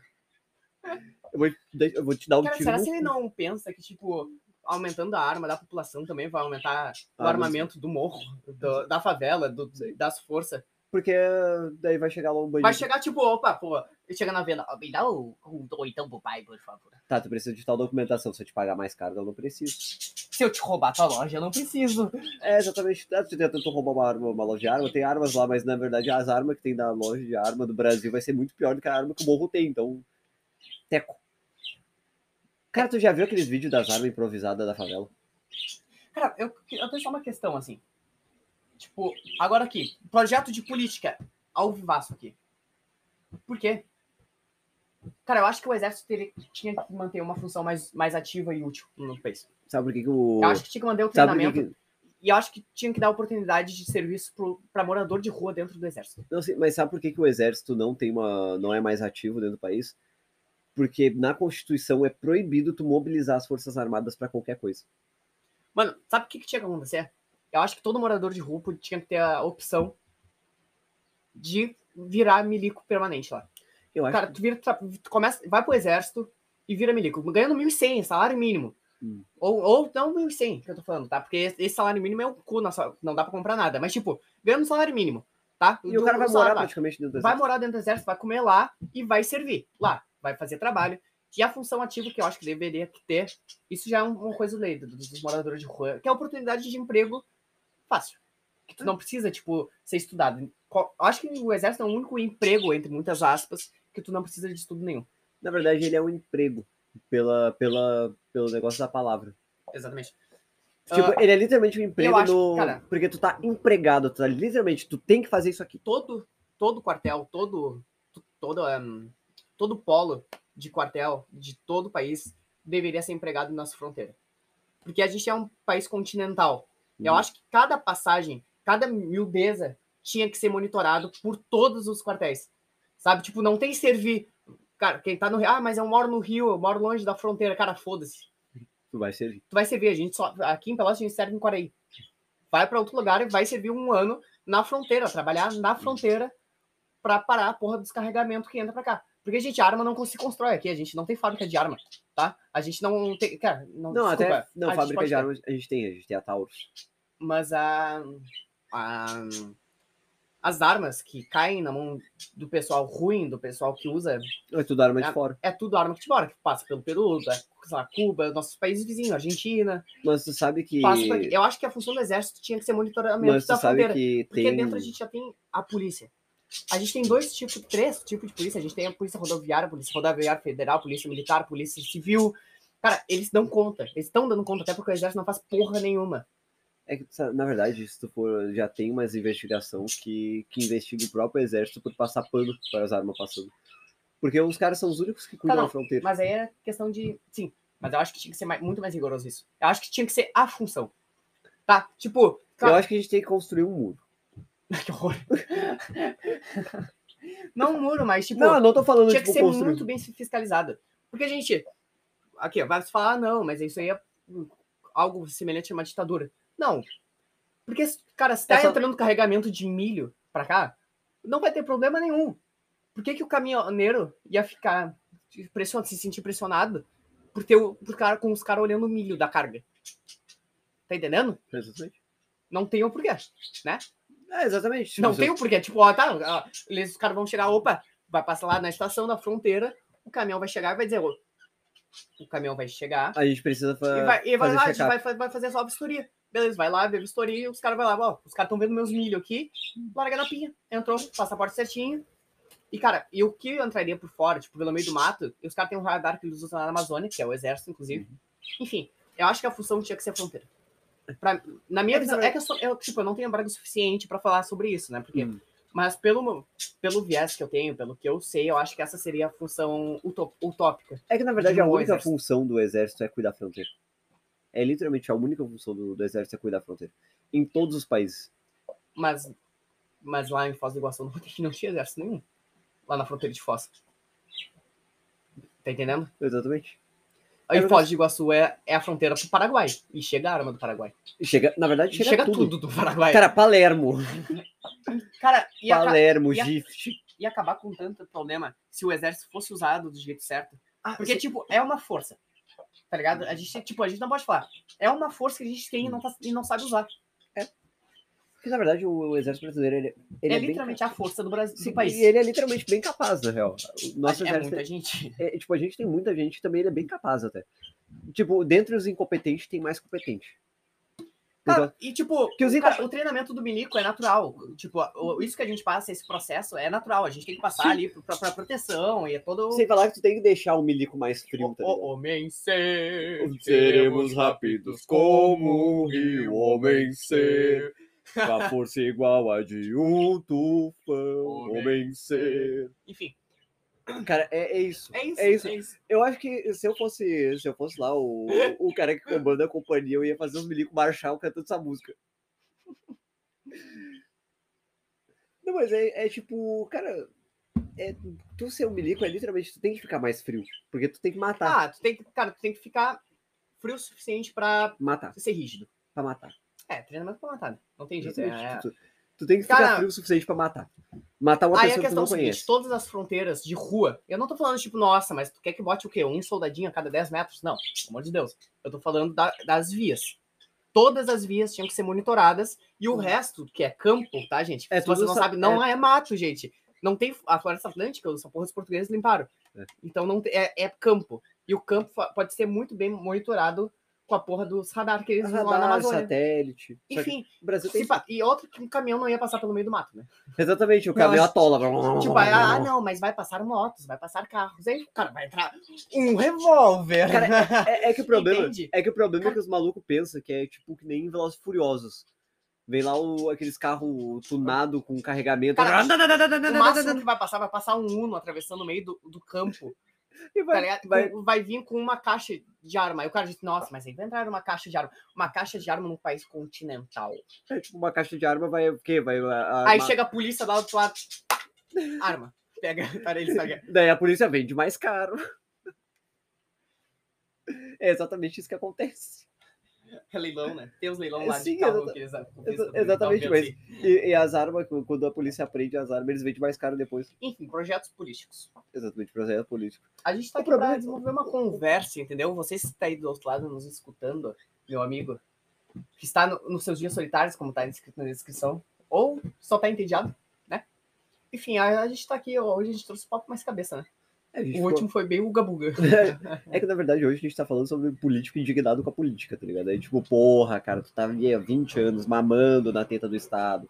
A: Eu vou, te- eu vou te dar um
B: Cara,
A: tiro.
B: será
A: no
B: que ele
A: cu.
B: não pensa que, tipo, aumentando a arma da população também vai aumentar o
A: Ah,
B: armamento do morro, do- da favela, do- das forças?
A: Porque daí vai chegar lá um bandido.
B: Vai chegar, tipo, opa, pô, ele chega na venda, ó, me dá o, o doidão pro pai, por favor.
A: Tá, tu precisa de tal documentação. Se eu te pagar mais caro, eu não preciso.
B: Se eu te roubar tua loja, eu não preciso.
A: É, exatamente. Ah, Tu tentou roubar uma arma, uma loja de arma, tem armas lá, mas na verdade as armas que tem da loja de arma do Brasil vai ser muito pior do que a arma que o morro tem, então. Teco. Cara, tu já viu aqueles vídeos das armas improvisadas da favela?
B: Cara, eu, eu tenho só uma questão, assim. Tipo, agora aqui, projeto de política ao vivaço aqui. Por quê? Cara, eu acho que o exército teria, tinha que manter uma função mais, mais ativa e útil no país.
A: Sabe por que, que o.
B: Eu acho que tinha que manter o
A: Sabe por
B: treinamento
A: que que...
B: e eu acho que tinha que dar oportunidade de serviço pro, pra morador de rua dentro do exército.
A: Não, sim, mas sabe por que, que o exército não tem uma. não é mais ativo dentro do país? porque na Constituição é proibido tu mobilizar as Forças Armadas pra qualquer coisa.
B: Mano, sabe o que, que tinha que acontecer? Eu acho que todo morador de rua tinha que ter a opção de virar milico permanente lá.
A: Eu acho
B: Cara, tu, vira, tra- tu começa, vai pro exército e vira milico, ganhando 1.100, salário mínimo.
A: Hum.
B: Ou, ou não 1.100, que eu tô falando, tá? Porque esse salário mínimo é um cu, na sua- não dá pra comprar nada. Mas, tipo, ganhando salário mínimo, tá?
A: E
B: Do-
A: o cara
B: do
A: vai
B: salário
A: morar
B: lá.
A: praticamente dentro do
B: Vai
A: exército.
B: morar dentro do exército, vai comer lá e vai servir lá. Vai fazer trabalho. E a função ativa que eu acho que deveria ter, isso já é uma coisa lei do- dos moradores de rua, que é a oportunidade de emprego fácil. Que tu não precisa, tipo, ser estudado. Qual- Acho que o exército é o único emprego, entre muitas aspas, que tu não precisa de estudo nenhum.
A: Na verdade, ele é um emprego pela, pela, pelo negócio da palavra.
B: Exatamente.
A: Tipo, ele é literalmente um emprego
B: Ah. acho que,
A: no.
B: cara-
A: Porque tu tá empregado, tu tá literalmente, tu tem que fazer isso aqui.
B: todo todo quartel, todo to- todo ehm, todo polo de quartel de todo o país deveria ser empregado na nossa fronteira. Porque a gente é um país continental. Eu
A: Uhum.
B: acho que cada passagem, cada miudeza tinha que ser monitorado por todos os quartéis. Sabe? Tipo, não tem servir. Cara, quem tá no Rio. Ah, mas eu moro no Rio, eu moro longe da fronteira. Cara, foda-se
A: Tu vai servir.
B: tu vai servir, a gente só, aqui em Pelotas a gente serve em Quaraí. um. Vai para outro lugar e vai servir um ano na fronteira, trabalhar na fronteira para parar a porra do descarregamento que entra para cá. Porque, gente, arma não se constrói aqui, a gente não tem fábrica de arma, tá? A gente não tem, cara, não,
A: Não,
B: desculpa,
A: até. Não,
B: a gente
A: fábrica
B: pode
A: de
B: ter,
A: armas a gente tem, a gente tem a Taurus.
B: Mas a, a as armas que caem na mão do pessoal ruim, do pessoal que usa
A: Não, é tudo arma de
B: Ah.
A: fora.
B: é tudo arma que te mora, que passa pelo Peru, é, sei lá, Cuba, nossos países vizinhos, Argentina,
A: Mas tu sabe que.
B: passa por aqui. Eu acho que a função do exército tinha que ser monitoramento
A: Mas tu
B: da
A: sabe
B: fronteira.
A: que
B: tá Porque
A: tem.
B: dentro a gente já tem a polícia. A gente tem dois tipos, três tipos de polícia. A gente tem a polícia rodoviária, a polícia rodoviária federal, polícia militar, polícia civil. Cara, eles dão conta. Eles estão dando conta, até porque o exército não faz porra nenhuma.
A: É que, tu sabe- na verdade, se tu for, já tem umas investigações que, que investiga o próprio exército por passar pano para as armas passando. Porque os caras são os únicos que cuidam
B: Tá, não,
A: da fronteira.
B: Mas aí é questão de. Sim, mas eu acho que tinha que ser mais- muito mais rigoroso isso. Eu acho que tinha que ser a função. Tá? Tipo,
A: Eu
B: claro,
A: acho que a gente tem que construir um muro.
B: que horror. não um muro, mas tipo.
A: não, eu não tô falando
B: tinha
A: tipo,
B: que ser
A: construir.
B: muito bem fiscalizada. Porque, gente, aqui, ó, vai se falar, "Ah, não, mas isso aí é hum, algo semelhante a uma ditadura. Não. Porque, cara, se tá
A: É só-
B: entrando carregamento de milho pra cá, não vai ter problema nenhum. Por que, que o caminhoneiro ia ficar pressionado, se sentir pressionado por ter o, por cara, com os caras olhando o milho da carga? Tá entendendo?
A: Exatamente.
B: Não tem o porquê.
A: É, exatamente. Tipo,
B: Não
A: se-
B: tem o porquê. Tipo, ó, tá, ó, eles, os caras vão chegar, opa, vai passar lá na estação, na fronteira, o caminhão vai chegar e vai dizer, ô, o caminhão vai chegar
A: A gente precisa fa-
B: e vai, e vai
A: fazer
B: lá, a gente
A: check-up.
B: vai, fa- vai fazer só a vistoria. Beleza, vai lá, vê a vistoria, e os caras vão lá, ó, os caras estão vendo meus milho aqui, larga na pinha. Entrou, passaporte certinho. E, cara, e o que entraria por fora, tipo, pelo meio do mato, e os caras têm um radar que eles usam lá na Amazônia, que é o exército, inclusive.
A: Uhum.
B: Enfim, eu acho que a função tinha que ser a fronteira. Pra- na minha
A: É que
B: visão,
A: na
B: é que eu, sou, eu, tipo, eu não tenho embargo suficiente pra falar sobre isso, né? Porque,
A: Hum.
B: Mas pelo, meu- pelo viés que eu tenho, pelo que eu sei, eu acho que essa seria a função utop- utópica.
A: É que na verdade a
B: Não, o
A: única
B: um exército.
A: função do exército é cuidar da fronteira. É literalmente a única função do, do exército é cuidar da fronteira. Em todos os países.
B: Mas, mas lá em Foz do Iguaçu não, tem- não tinha exército nenhum. Lá na fronteira de Foz. Tá entendendo?
A: É Exatamente.
B: Aí
A: Eu-
B: Foz do Iguaçu é, é a fronteira pro Paraguai. E chega a arma do Paraguai.
A: E Chega, na verdade, chega,
B: Chega, tudo.
A: tudo.
B: do Paraguai. Cara,
A: Cara, Palermo.
B: e, aca-
A: Palermo,
B: e a-
A: Gift.
B: e acabar com tanto problema se o exército fosse usado do jeito certo. Porque,
A: Porque,
B: tipo, é uma força. Tá ligado? A gente, tipo, a gente não pode falar. É uma força que a gente tem e não, tá- e não sabe usar.
A: porque, na verdade, o, o exército brasileiro ele, ele
B: é
A: bem
B: literalmente a força do Brasil,
A: capaz.
B: do país.
A: E ele é literalmente bem capaz, na real. O nosso
B: é
A: exército
B: muita gente.
A: é- é, tipo, a gente tem muita gente também, ele é bem capaz até. Tipo, dentre os incompetentes, tem mais competente. Então,
B: Cara, e tipo,
A: Que os
B: o, cara- o treinamento do milico é natural. Tipo, o- isso que a gente passa, esse processo, é natural. A gente tem que passar ali pra, pra proteção e é todo.
A: Sem falar que tu tem que deixar o milico mais frio, tá ligado?
B: homem ser.
D: Seremos rápidos como um rio, homem ser.
A: Com a força igual a de um tufão,
D: Homem
A: homem ser.
B: Enfim,
A: Cara, é, é isso.
B: é isso.
A: É isso. Eu acho que se eu fosse, se eu fosse lá o, o cara que comanda a companhia, eu ia fazer os milico marchar cantando essa música. Não, mas é, é tipo, cara, é, tu ser um milico é literalmente, tu tem que ficar mais frio. Porque tu tem que matar.
B: Ah, tu tem que, cara, tu tem que ficar frio o suficiente pra
A: Matar,
B: ser rígido.
A: pra matar.
B: É, treinamento pra matar, né? Não tem jeito.
A: Exatamente,
B: É,
A: Tu, tu tem que ficar
B: Cara-
A: frio o suficiente pra matar. Matar uma
B: Aí a
A: pessoa que tu
B: questão é
A: não
B: o seguinte,
A: conhece.
B: todas as fronteiras de rua, eu não tô falando tipo, nossa, mas tu quer que bote o quê? Um soldadinho a cada 10 metros? Não, pelo amor de Deus. Eu tô falando da- das vias. Todas as vias tinham que ser monitoradas e o resto, que é campo, tá, gente?
A: Hum. É,
B: Se
A: tudo
B: você não
A: essa-
B: sabe, não é... mato, gente. Não tem a floresta atlântica, essa porra os portugueses limparam.
A: É.
B: Então não tem- é, é campo. E o campo fa- pode ser muito bem monitorado com a porra dos radar que eles usam lá na
A: Radar,
B: Amazônia.
A: satélite. Só que
B: Enfim,
A: o Brasil
B: se
A: tem...
B: fa- e outro que um caminhão não ia passar pelo meio do mato, né?
A: Exatamente, o
B: Não,
A: cabelo
B: acho-
A: atola.
B: Tipo, aí, ah, não, mas vai passar motos, vai passar carros. Aí, cara, vai entrar um revólver.
A: É, é que o problema
B: Entende?
A: é que o problema é que os malucos pensam que é tipo que nem Velozes e Furiosos. Vem lá o, aqueles carros tunado com carregamento né?
B: Cara, o máximo que vai passar, vai passar um Uno atravessando o meio do, do campo.
A: e
B: Tá
A: vai,
B: ligado?
A: vai-
B: Com- Vai vir com uma caixa de arma. Aí o cara diz, nossa, mas aí vai entrar uma caixa de arma. Uma caixa de arma num país continental.
A: é, tipo uma caixa de arma vai o quê? Vai a- a-
B: Aí
A: ma-
B: chega a polícia lá do outro lado. Arma. Pega, para eles, tá ligado?
A: daí a polícia vende mais caro. É exatamente isso que acontece.
B: É leilão, né? Tem os leilão lá
A: É, Sim,
B: de carro
A: exata-
B: que eles assim.
A: exa- exatamente, mas- E, e as armas, qu- quando a polícia aprende as armas, eles vendem mais caro depois.
B: Enfim, projetos políticos.
A: Exatamente, processo político.
B: A gente tá
A: O
B: aqui
A: problema
B: pra
A: é-
B: desenvolver uma conversa, entendeu? Você que tá aí do outro lado nos escutando, meu amigo, que está no- nos seus dias solitários, como tá escrito na descrição, ou só tá entediado, né? Enfim, a, a gente tá aqui, ó, hoje a gente trouxe o papo mais cabeça, né?
A: É, a gente
B: O
A: ficou-
B: último foi bem o Gabuga.
A: É que na verdade hoje a gente tá falando sobre político indignado com a política, tá ligado? Aí tipo, porra, cara, tu tá aí há 20 anos mamando na teta do Estado.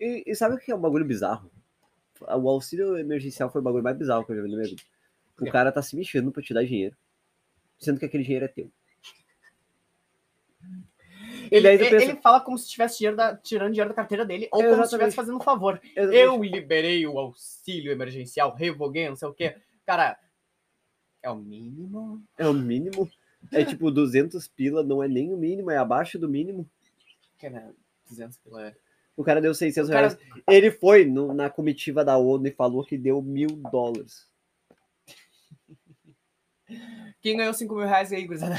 A: E, e sabe o que é um bagulho bizarro? O auxílio emergencial foi o bagulho mais bizarro que eu já vi na minha vida.
B: Por
A: O
B: quê?
A: cara tá se mexendo pra te dar dinheiro, sendo que aquele dinheiro é teu.
B: Ele,
A: daí tu
B: ele-
A: pensa-
B: ele fala como se tivesse dinheiro da- tirando dinheiro da carteira dele, ou
A: É,
B: como se
A: exatamente.
B: estivesse fazendo um favor.
A: Eu,
B: Eu liberei o auxílio emergencial, revoguei, não sei o quê. Cara, é o mínimo.
A: É o mínimo. É tipo 200 pila, não é nem o mínimo, é abaixo do mínimo.
B: Cara, 200 pila é
A: O cara deu 600
B: O cara-
A: reais. Ele foi no- na comitiva da ONU e falou que deu mil dólares.
B: Quem ganhou 5 mil reais aí, gurizada?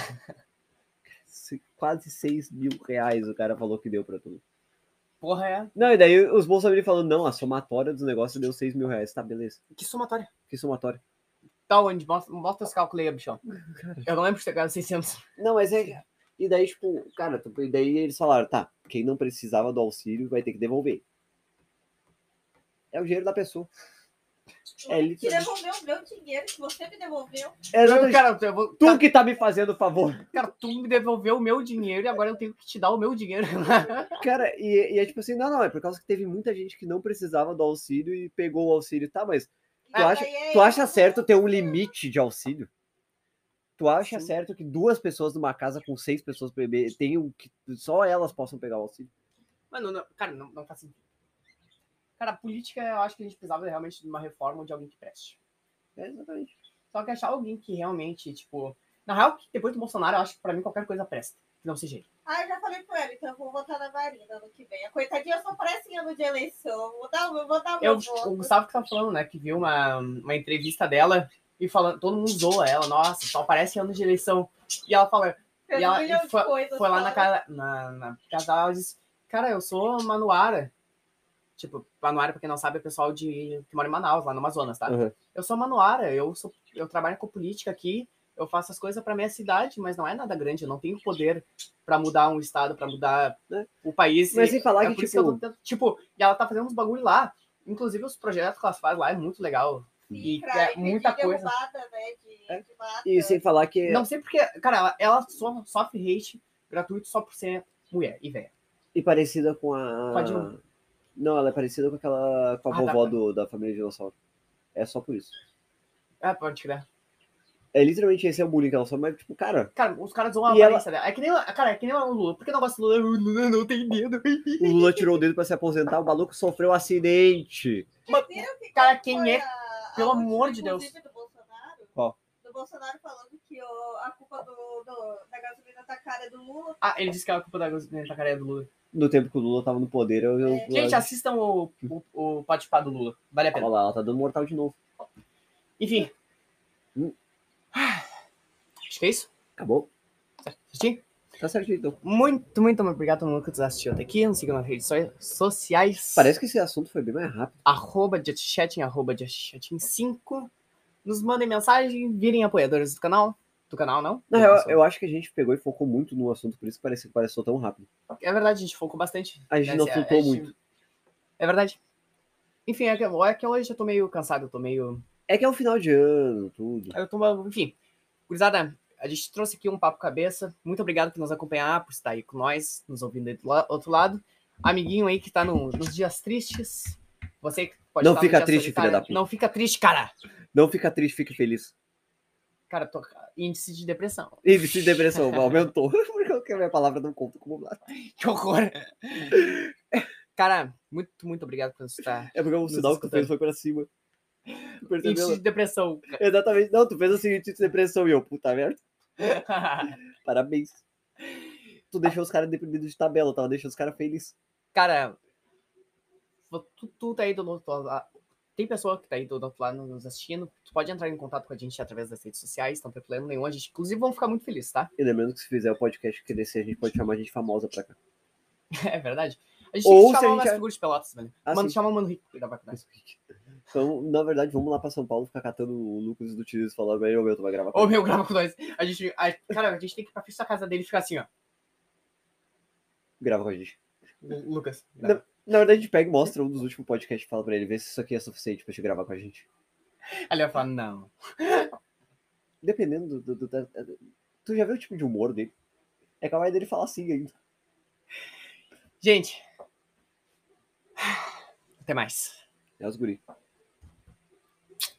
A: se- quase 6 mil reais o cara falou que deu pra tudo.
B: Porra, é.
A: Não, e daí os bolsominions falando, não, a somatória dos negócios deu 6 mil reais. Tá, beleza.
B: Que somatória.
A: Que somatória.
B: Tá onde? Mostra, mostra os cálculos aí, bichão. Eu não lembro se chegaram 600.
A: Não, mas é... E daí, tipo, cara, tu- e daí eles falaram, tá, quem não precisava do auxílio vai ter que devolver. É o dinheiro da pessoa. É
C: Te
A: literalmente.
C: devolveu o meu dinheiro que você me devolveu.
A: É exatamente.
B: Cara, eu vou-
A: Tu
B: cara,
A: que tá me fazendo favor.
B: cara, tu me devolveu o meu dinheiro e agora eu tenho que te dar o meu dinheiro.
A: Cara, e, e é tipo assim, não, não, é por causa que teve muita gente que não precisava do auxílio e pegou o auxílio. Tá, mas Tu acha-
C: Daí é
A: Tu acha
C: isso.
A: certo ter um limite de auxílio? Tu acha
B: Sim.
A: certo que duas pessoas numa casa com seis pessoas bebê tenham que só elas possam pegar o auxílio?
B: Mano, não- cara, não, não faz sentido. Cara, política, eu acho que a gente precisava realmente de uma reforma ou de alguém que preste.
A: É, exatamente.
B: Só que achar alguém que realmente, tipo. Na real, que depois do Bolsonaro, eu acho que pra mim qualquer coisa presta. Que não seja ele.
C: Ah, eu já falei pro ele que eu vou votar na Marina ano que vem. A coitadinha só parece em ano de eleição. Vou dar, eu vou dar
B: É o,
C: meu
B: o
C: voto.
B: Gustavo que tá falando, né? Que viu uma, uma entrevista dela e falando, todo mundo zoa ela, nossa, só aparece ano de eleição. E ela fala,
C: Fez
B: e
C: um
B: ela- e
C: milhão de
B: foi-
C: coisas.
B: foi lá na
C: fora.
B: casa, na, na casa dela, ela disse, cara, eu sou manuara. Tipo, manuara, pra quem não sabe, é o pessoal de, que mora em Manaus, lá no Amazonas, tá?
A: Uhum.
B: Eu sou manuara, eu, sou, eu trabalho com política aqui, eu faço as coisas pra minha cidade, mas não é nada grande, eu não tenho poder pra mudar um estado, pra mudar né, o país.
A: Mas
B: e-
A: sem falar
B: é
A: que,
B: por isso
A: tipo,
B: que eu tô tentando- tipo, e ela tá fazendo uns bagulho lá. Inclusive, os projetos que ela faz lá é muito legal.
C: assim,
B: E
C: Cifra,
B: é
C: de
B: muita coisa.
C: derrubada, né, de-
A: É.
C: de mata.
A: e sem falar que é
B: Não sei porque, cara, ela, ela so- sofre hate gratuito só por ser mulher e velha.
A: e parecida com
B: Com a
A: a
B: Dilma.
A: Não, ela é parecida com aquela com a
B: Ah,
A: vovó
B: tá.
A: do- da família dinossauro. É só por isso.
B: É, pode crer.
A: É literalmente esse é o bullying que ela só, mas tipo, cara,
B: Cara, os caras zoam a
A: E ela-
B: aparência dela. É que nem, cara, é que nem o Lula. Por que eu não gosto do Lula? O Lula não tem dedo.
A: o Lula tirou o dedo pra se aposentar, o maluco sofreu um acidente.
B: Mas,
C: Vocês viram que
B: cara,
C: qual
B: quem
C: foi
B: é-
C: a- a
B: pelo
C: última,
B: amor de
C: inclusive, Do Bolsonaro?
A: Qual?
C: Do Bolsonaro falando que o- a culpa do, do- da gasolina tá cara é do Lula.
B: Ah, ele disse que é a culpa da gasolina tá cara é do Lula.
A: no tempo que o Lula tava no poder, eu. eu
B: Gente, assistam o, o, o Pode Pá do Lula. Vale a
A: Olha
B: pena.
A: lá, ela tá dando mortal de novo.
B: Enfim.
A: Hum.
B: Acho que é isso.
A: Acabou.
B: Certinho?
A: Tá certo, então.
B: Muito, muito obrigado a todo mundo que nos assistiu até aqui. Nos sigam nas redes so- sociais.
A: Parece que esse assunto foi bem mais rápido.
B: Arroba JustChatting, arroba JustChatting5. Nos mandem mensagem, virem apoiadores do canal. Do canal, não?
A: Na
B: Do
A: real,
B: nosso-
A: eu acho que a gente pegou e focou muito no assunto, por isso que parece, pareceu tão rápido.
B: É verdade, a gente focou bastante.
A: A gente não
B: Esse-
A: focou
B: a gente-
A: muito.
B: É verdade. Enfim, é que, é que hoje eu tô meio cansado, eu tô meio...
A: É que é o final de ano, tudo.
B: Eu tô, enfim, gurizada, a gente trouxe aqui um papo cabeça. Muito obrigado por nos acompanhar, por estar aí com nós, nos ouvindo aí do la- outro lado. Amiguinho aí que tá no- nos dias tristes. Você que pode
A: Não
B: estar no
A: fica
B: dia
A: triste,
B: solitário.
A: filha da puta.
B: Não fica triste, cara.
A: Não fica triste, fique feliz.
B: Cara, tô, índice de depressão.
A: Índice de depressão aumentou, porque a minha palavra não conta como nada.
B: Que horror. cara, muito, muito obrigado por estar.
A: É porque o
B: Nos
A: sinal que tu
B: escutando.
A: fez foi pra cima.
B: Índice de
A: Percebeu?
B: depressão.
A: Exatamente. Não, tu fez o seguinte de depressão e eu, puta merda. Parabéns. Tu deixou os caras deprimidos de tabela, tava deixando os caras felizes.
B: Cara, vo- tu, tu tá aí do outro lado. Tem pessoa que tá aí do outro lado nos assistindo. Tu pode entrar em contato com a gente através das redes sociais, não tem problema nenhum. A gente, inclusive, vão ficar muito felizes, tá?
A: E lembrando que se fizer o podcast crescer, a gente pode chamar gente famosa pra cá.
B: É verdade. A gente
A: Ou
B: tem
A: se
B: que
A: a
B: chamar o
A: gente-
B: nosso figura de pelotas, velho.
A: Ah,
B: Mano,
A: sim.
B: chama o Mano Rico pra gravar com nós.
A: Então, na verdade, vamos lá pra São Paulo ficar catando o Lucas do Tires e falar, velho, meu, tu vai gravar. com
B: Ô,
A: ele."
B: meu, grava com nós. A gente, a- cara, a gente tem que ir pra frente da casa dele e ficar assim, ó.
A: Grava com a gente.
B: Lu- Lucas.
A: Não. Na verdade, a gente pega e mostra um dos últimos podcasts e fala pra ele, vê se isso aqui é suficiente pra te gravar com a gente.
B: Aí ele vai falar, não.
A: Dependendo do. do- da- da- tu já viu o tipo de humor dele? É capaz dele falar assim ainda.
B: Gente. Até mais.
A: É os guri.